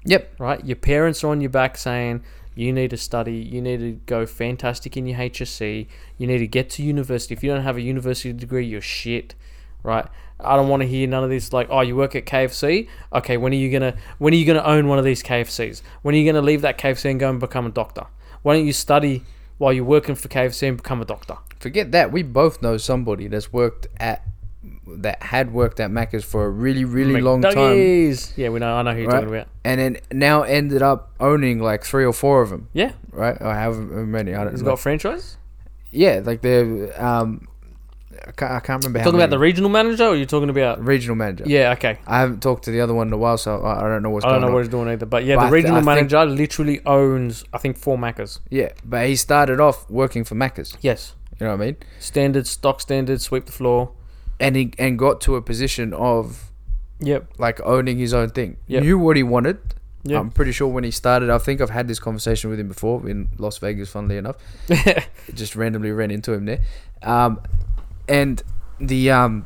S3: Yep.
S2: right? Your parents are on your back saying you need to study, you need to go fantastic in your HSC, you need to get to university. If you don't have a university degree, you're shit, right? I don't want to hear none of this like, oh, you work at KFC. Okay, when are you gonna when are you gonna own one of these KFCs? When are you gonna leave that KFC and go and become a doctor? Why don't you study while you're working for KFC and become a doctor?
S3: Forget that. We both know somebody that's worked at that had worked at Macca's for a really, really long time.
S2: McDuggies. Yeah, we know. I know who you're
S3: Right?
S2: talking about.
S3: And then now ended up owning like three or four of them,
S2: Yeah,
S3: right? Or however many. I don't
S2: he's
S3: know.
S2: got a franchise.
S3: yeah, like they're. Um, I, can't, I can't remember. how
S2: Talking about
S3: many.
S2: the regional manager, or you're talking about?
S3: regional manager.
S2: Yeah, okay.
S3: I haven't talked to the other one in a while, so I, I don't know what's
S2: I don't
S3: going
S2: know
S3: on.
S2: what he's doing either. But yeah,
S3: But I
S2: the
S3: th-
S2: regional
S3: I think-
S2: manager literally owns, I think, four Maccas.
S3: yeah, but he started off working for Macca's.
S2: Yes.
S3: You know what I mean?
S2: Standard, stock standard, sweep the floor.
S3: And he and got to a position of
S2: Yep.
S3: like owning his own thing.
S2: Yep.
S3: Knew what he wanted.
S2: Yeah.
S3: I'm pretty sure when he started, I think I've had this conversation with him before in Las Vegas. Funnily enough, just randomly ran into him there, um, and the um,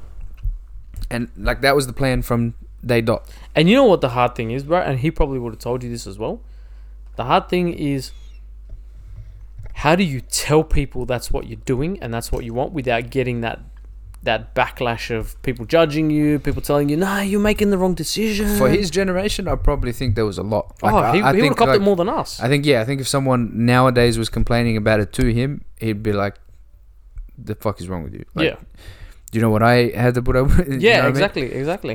S3: and like that was the plan from day dot.
S2: *laughs* and you know what the hard thing is, bro? And he probably would have told you this as well. The hard thing is how do you tell people that's what you're doing and that's what you want without getting that that backlash of people judging you, people telling you, "Nah, you're making the wrong decision."
S3: For his generation, I probably think there was a lot.
S2: Mm.
S3: Like,
S2: oh,
S3: I-
S2: he,
S3: I
S2: he would
S3: think,
S2: have copped
S3: like,
S2: it more than us.
S3: I think yeah, I think if someone nowadays was complaining about it to him, he'd be like, "The fuck is wrong with you?" Like,
S2: yeah,
S3: Do you know what I had to put up *laughs* with? You know
S2: yeah,
S3: what I mean?
S2: exactly, exactly.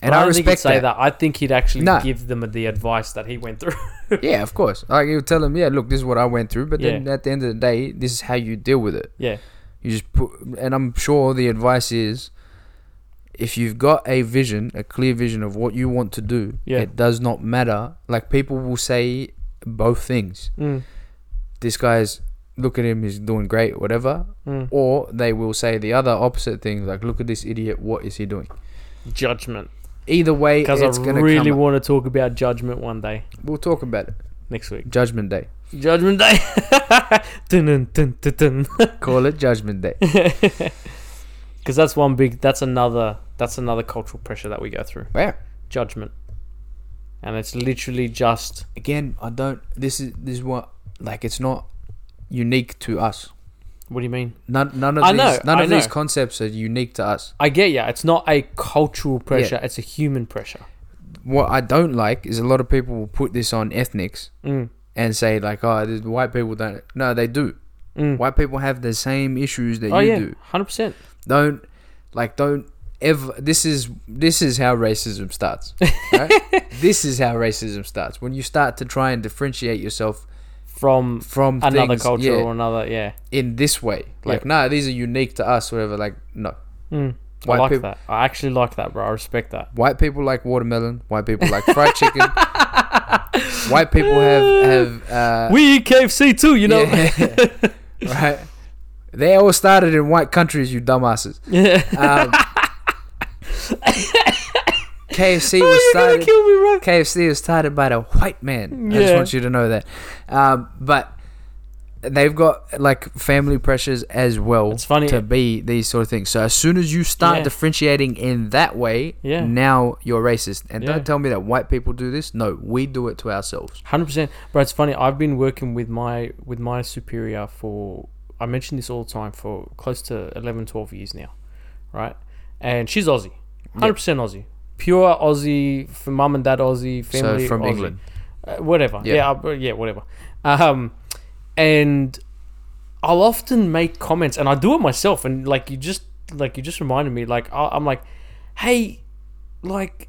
S3: And
S2: But
S3: I,
S2: don't think he'd
S3: respect
S2: say
S3: that.
S2: that. I think he'd actually
S3: Nah.
S2: give them the advice that he went through. *laughs*
S3: Yeah, of course. Like you tell him, yeah, look, this is what I went through, but then
S2: Yeah.
S3: at the end of the day, this is how you deal with it.
S2: yeah,
S3: You just put, and I'm sure the advice is, if you've got a vision, a clear vision of what you want to do,
S2: Yeah.
S3: it does not matter. Like people will say both things.
S2: mm,
S3: This guy's look at him, he's doing great, whatever.
S2: mm.
S3: Or they will say the other opposite thing, like look at this idiot, what is he doing?
S2: judgment.
S3: Either way,
S2: Because
S3: it's
S2: I
S3: gonna
S2: really
S3: come.
S2: want to talk about judgment one day
S3: we'll talk about it.
S2: next week.
S3: Judgment Day. *laughs*
S2: Judgment Day. dun, dun, dun, dun, *laughs* dun.
S3: Call it Judgment
S2: *laughs*
S3: Day.
S2: Because that's one big. That's another. That's another cultural pressure that we go through.
S3: Yeah.
S2: Judgment, and it's literally just
S3: again, I don't. This is this is what like it's not unique to us.
S2: what do you mean?
S3: None none of
S2: I
S3: these
S2: know,
S3: none
S2: I
S3: of these
S2: know.
S3: concepts are unique to us.
S2: I get yeah. It's not a cultural pressure. It's a human pressure.
S3: What I don't like is a lot of people will put this on ethnics
S2: Mm,
S3: and say like, oh, the white people don't. No, they do.
S2: mm.
S3: White people have the same issues that
S2: Oh
S3: you
S2: yeah,
S3: do.
S2: hundred percent.
S3: Don't like don't ever. This is this is how racism
S2: *laughs*
S3: starts. right? this is how racism starts when you start to try and differentiate yourself
S2: From
S3: from
S2: another
S3: things,
S2: culture
S3: yeah,
S2: or another. Yeah.
S3: in this way. Like,
S2: Yeah.
S3: no, nah, these are unique to us. Whatever. Like, no.
S2: Mm. I
S3: White
S2: like
S3: people-
S2: that. I actually like that, bro. I respect that.
S3: White people like watermelon. White people like fried chicken.
S2: *laughs*
S3: White people have have uh,
S2: we eat KFC too, you know. *laughs*
S3: yeah. right. They all started in white countries, you dumbasses.
S2: *laughs*
S3: Um, KFC was
S2: Oh, You're gonna
S3: started.
S2: kill me, bro.
S3: KFC was started by the white man. I just
S2: Yeah.
S3: want you to know that. Um, but they've got like family pressures as well
S2: It's funny.
S3: to be these sort of things. So as soon as you start
S2: Yeah.
S3: differentiating in that way,
S2: Yeah.
S3: now you're racist. And
S2: Yeah.
S3: don't tell me that white people do this. No, we do it to ourselves.
S2: Hundred percent, bro. It's funny. I've been working with my with my superior for I mention this all the time for close to 11, 12 years now, right? And she's Aussie, hundred percent Aussie, pure Aussie from mum and dad Aussie family.
S3: so from
S2: Aussie.
S3: England.
S2: uh, whatever.
S3: Yeah.
S2: Yeah, yeah, yeah whatever. Um, and I'll often make comments, and I do it myself. And like you just like you just reminded me, like I, I'm like, hey, like,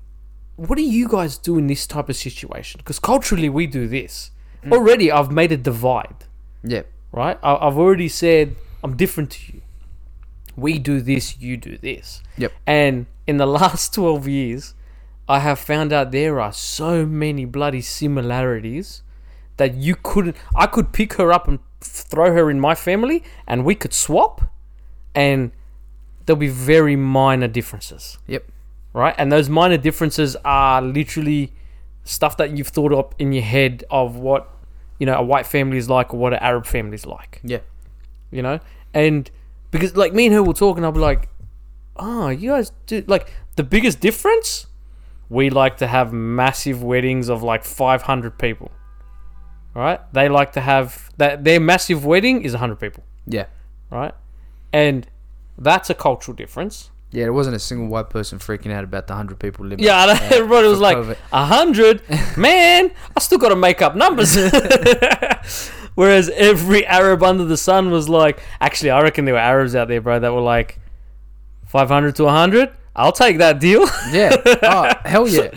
S2: what do you guys do in this type of situation? Because culturally, we do this already. I've made a divide,
S3: Yeah.
S2: right? I, I've already said I'm different to you. We do this, you do this.
S3: Yep.
S2: And in the *laughs* last 12 years, I have found out there are so many bloody similarities that you couldn't. I could pick her up and throw her in my family, and we could swap, and there'll be very minor differences.
S3: Yep.
S2: Right? And those minor differences are literally stuff that you've thought up in your head of what, you know, a white family is like or what an Arab family is like.
S3: Yeah.
S2: You know? And because like me and her will talk and I'll be like, Oh, you guys do like the biggest difference? We like to have massive weddings of like five hundred people. Right? They like to have that their massive wedding is hundred people
S3: Yeah.
S2: right? And that's a cultural difference.
S3: Yeah, there wasn't a single white person freaking out about the 100 people limit.
S2: Yeah, and *laughs* everybody was
S3: for
S2: like,
S3: COVID. *laughs*
S2: a hundred, man, I still got to make up numbers. *laughs* Whereas every Arab under the sun was like, actually, I reckon there were Arabs out there, bro, that were like, five hundred to hundred. I'll take that deal. *laughs*
S3: Yeah. Oh, hell yeah.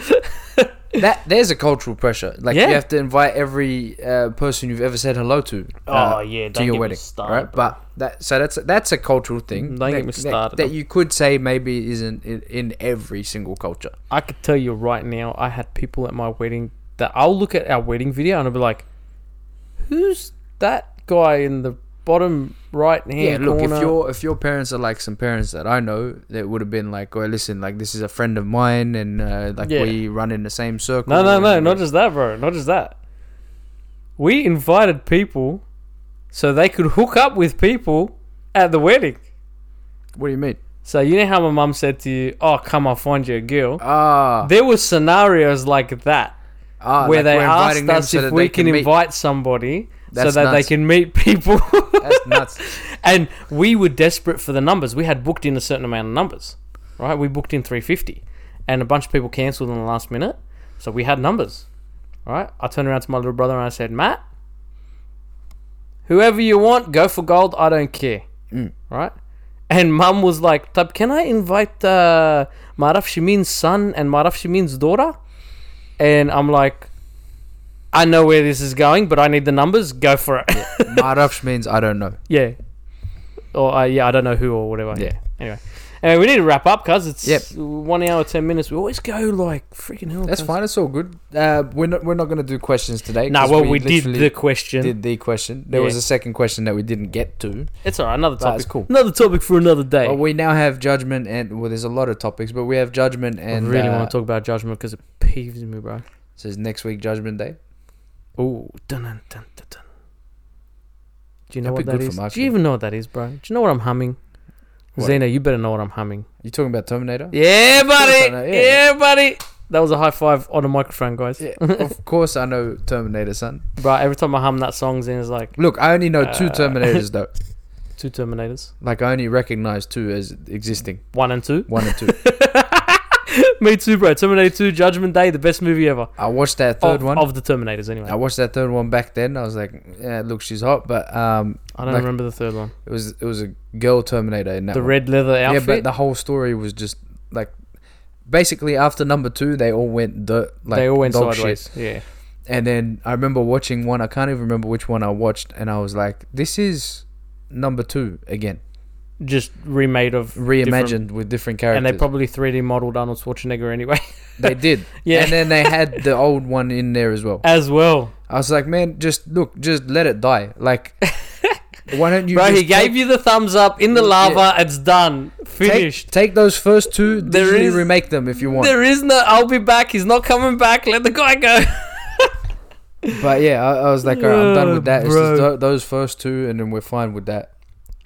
S3: That there's a cultural pressure. Like
S2: Yeah.
S3: you have to invite every uh, person you've ever said hello to. uh,
S2: Oh, yeah,
S3: to
S2: don't
S3: your
S2: get me
S3: wedding,
S2: started,
S3: right?
S2: bro.
S3: But that so that's that's a cultural thing.
S2: Don't
S3: that,
S2: get me started.
S3: That, that you could say maybe isn't in, in every single culture.
S2: I could tell you right now, I had people at my wedding that I'll look at our wedding video and I'll be like, who's that guy in the bottom right hand
S3: Yeah, look,
S2: corner?
S3: if your if your parents are like some parents that I know, that would have been like, "Oh, listen, like this is a friend of mine, and uh, like
S2: Yeah.
S3: we run in the same circle."
S2: No, no,
S3: and
S2: no,
S3: we-
S2: not just that, bro. Not just that. We invited people so they could hook up with people at the wedding.
S3: What do you mean?
S2: So you know how my mum said to you, "Oh, come, I'll find you a girl."
S3: Ah,
S2: there were scenarios like that
S3: ah
S2: where
S3: like
S2: they
S3: we're
S2: asked
S3: inviting them
S2: us
S3: so
S2: if
S3: that
S2: we
S3: they
S2: can,
S3: meet.
S2: invite somebody so
S3: That's
S2: that they
S3: nuts.
S2: can meet people. *laughs*
S3: That's nuts.
S2: and we were desperate for the numbers. We had booked in a certain amount of numbers, right? We booked in 350, and a bunch of people cancelled in the last minute, so we had numbers, right? I turned around to my little brother and I said, Matt, whoever you want, go for gold. I don't care, right? And mum was like, "Tab, can I invite uh, Maraf Shimin's son and Maraf Shimin's daughter?" And I'm like, "I know where this is going, but I need the numbers. Go for it."
S3: Marafsh means I don't know.
S2: Yeah. Or uh, yeah, I don't know who or whatever. Yeah.
S3: Yeah.
S2: Anyway. Anyway, we need to wrap up, cuz it's
S3: Yep.
S2: one hour ten minutes. We always go like freaking hell.
S3: That's
S2: cuz.
S3: fine. It's all good. Uh, we're not we're not gonna do questions today.
S2: Nah,
S3: 'cause
S2: well, we, did
S3: literally
S2: the question.
S3: did the question. There
S2: Yeah.
S3: was a second question that we didn't get to.
S2: It's all right. Another
S3: But
S2: topic.
S3: it's cool.
S2: Another topic for another day.
S3: But we now have judgment, and well, there's a lot of topics, but we have judgment and
S2: I really
S3: uh,
S2: want to talk about judgment because it peeves me, bro.
S3: So it's next week judgment day.
S2: Oh, dun dun dun dun. dun. Do you know
S3: That'd be
S2: what that
S3: good for
S2: is? Do
S3: marketing.
S2: you even know what that is, bro? Do you know what I'm humming?
S3: What?
S2: Zeno, you better know what I'm humming.
S3: You talking about Terminator?
S2: Yeah,
S3: I
S2: buddy.
S3: know,
S2: Yeah.
S3: yeah.
S2: buddy. That was a high five on the microphone, guys.
S3: Yeah, of *laughs* course I know Terminator, son.
S2: Bro, every time I hum that song, Zeno's like,
S3: Look, I only know two
S2: Uh,
S3: Terminators though.
S2: Two Terminators.
S3: Like I only recognize two as existing,
S2: One and two. *laughs*
S3: one and two.
S2: Me too, bro. Terminator 2, Judgment Day, the best movie ever.
S3: I watched that third
S2: of,
S3: one.
S2: Of the Terminators, anyway.
S3: I watched that third one back then. I was like, yeah, look, she's hot, but um,
S2: I don't
S3: like-
S2: remember the third one.
S3: it was it was a girl Terminator in that.
S2: the
S3: one.
S2: red leather outfit.
S3: Yeah, but the whole story was just like basically after number two, they all went dirt. Like,
S2: they all went
S3: dog
S2: sideways.
S3: shit.
S2: Yeah.
S3: And then I remember watching one. I can't even remember which one I watched, and I was like, "This is number two again,
S2: Just remade of.
S3: reimagined
S2: different-
S3: with different
S2: And
S3: characters."
S2: they probably 3D modeled Arnold Schwarzenegger anyway. *laughs*
S3: they did.
S2: Yeah.
S3: And then they had
S2: *laughs*
S3: the old one in there as well.
S2: As well.
S3: I was like, "Man, just look, just let it die.
S2: *laughs*
S3: Like, why don't you?"
S2: bro,
S3: just
S2: he gave
S3: take-
S2: you the thumbs up in the lava. It's done.
S3: take-
S2: Finished.
S3: Take, those first two.
S2: There
S3: digitally
S2: is-
S3: remake them if you want.
S2: there is no. I'll be back. He's not coming back. Let the guy go.
S3: But yeah, I, I was like, all right, I'm done with that. It's
S2: Bro.
S3: just th- those first two, and then we're fine with that.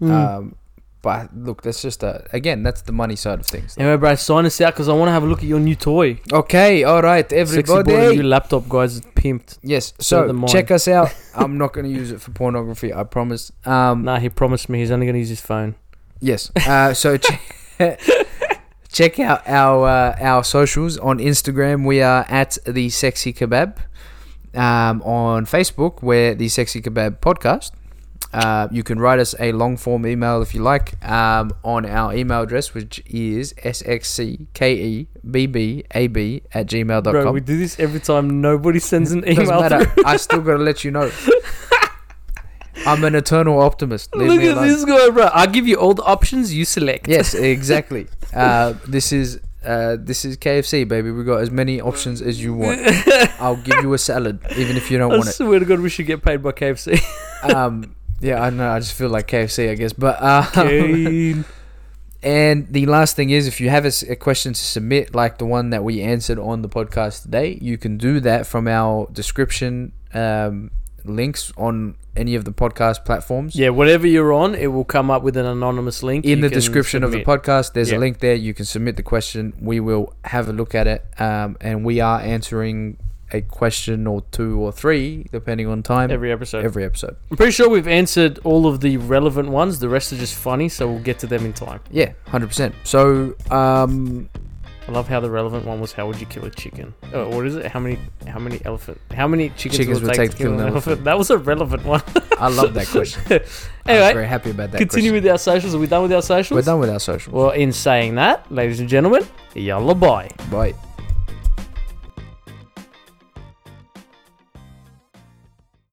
S2: Mm.
S3: Um, but look, that's just a, again, that's the money side of things.
S2: *laughs* anyway, bro, sign us out because I want to have a look at your new toy.
S3: Okay, all right,
S2: Sexy boy, and your
S3: everybody.
S2: laptop, guys. It's pimped.
S3: Yes,
S2: the
S3: so
S2: mine.
S3: check us
S2: *laughs*
S3: out. I'm not going to use it for pornography, I promise. Um,
S2: Nah, he promised me he's only going to use his phone.
S3: Yes, uh, so che- *laughs* check out our uh, our socials on Instagram. We are at the Sexy Kebab. Um, on Facebook, we're the Sexy Kebab Podcast. Uh, you can write us a long form email if you like um, on our email address, which is E sxckebab at gmail.com.
S2: Bro, we do this every time. Nobody sends
S3: *laughs*
S2: an
S3: Doesn't
S2: email. *laughs*
S3: matter.
S2: Through.
S3: I still got to let you
S2: *laughs*
S3: know. I'm an eternal optimist. Leave
S2: Look
S3: me
S2: at
S3: alone.
S2: this guy, bro. I give you all the options. You select.
S3: Yes, exactly. uh, this is uh, this is KFC, baby. We got as many options as you want. I'll give you a salad, even if you don't
S2: I
S3: want it.
S2: swear to God, we should get paid by
S3: *laughs*
S2: KFC.
S3: Um, yeah, I don't know. I just feel like KFC, I guess. But uh,
S2: Kane.
S3: *laughs* And the last thing is, if you have a, s- a question to submit, like the one that we answered on the podcast today, you can do that from our description um, links on any of the podcast platforms.
S2: Yeah, whatever you're on, it will come up with an anonymous link
S3: In
S2: you
S3: the
S2: can
S3: description of the
S2: submit.
S3: podcast, there's
S2: Yeah.
S3: a link there. You can submit the question. We will have a look at it. Um, and we are answering a question or two or three, depending on time,
S2: every episode.
S3: every episode.
S2: I'm pretty sure we've answered all of the relevant ones. The rest are just funny, so we'll get to them in time.
S3: Yeah, 100%. So, um,
S2: I love how the relevant one was how would you kill a chicken? Oh, what is it? How many how many elephant how many chickens,
S3: Chickens
S2: will it take, to kill an elephant? That was a relevant one.
S3: I love
S2: *laughs*
S3: that question. I'm
S2: anyway,
S3: very happy about that
S2: continue
S3: question.
S2: with our socials. Are we done with our socials?
S3: We're done with our socials.
S2: Well, in saying that, ladies and gentlemen, yalla bye.
S3: Bye.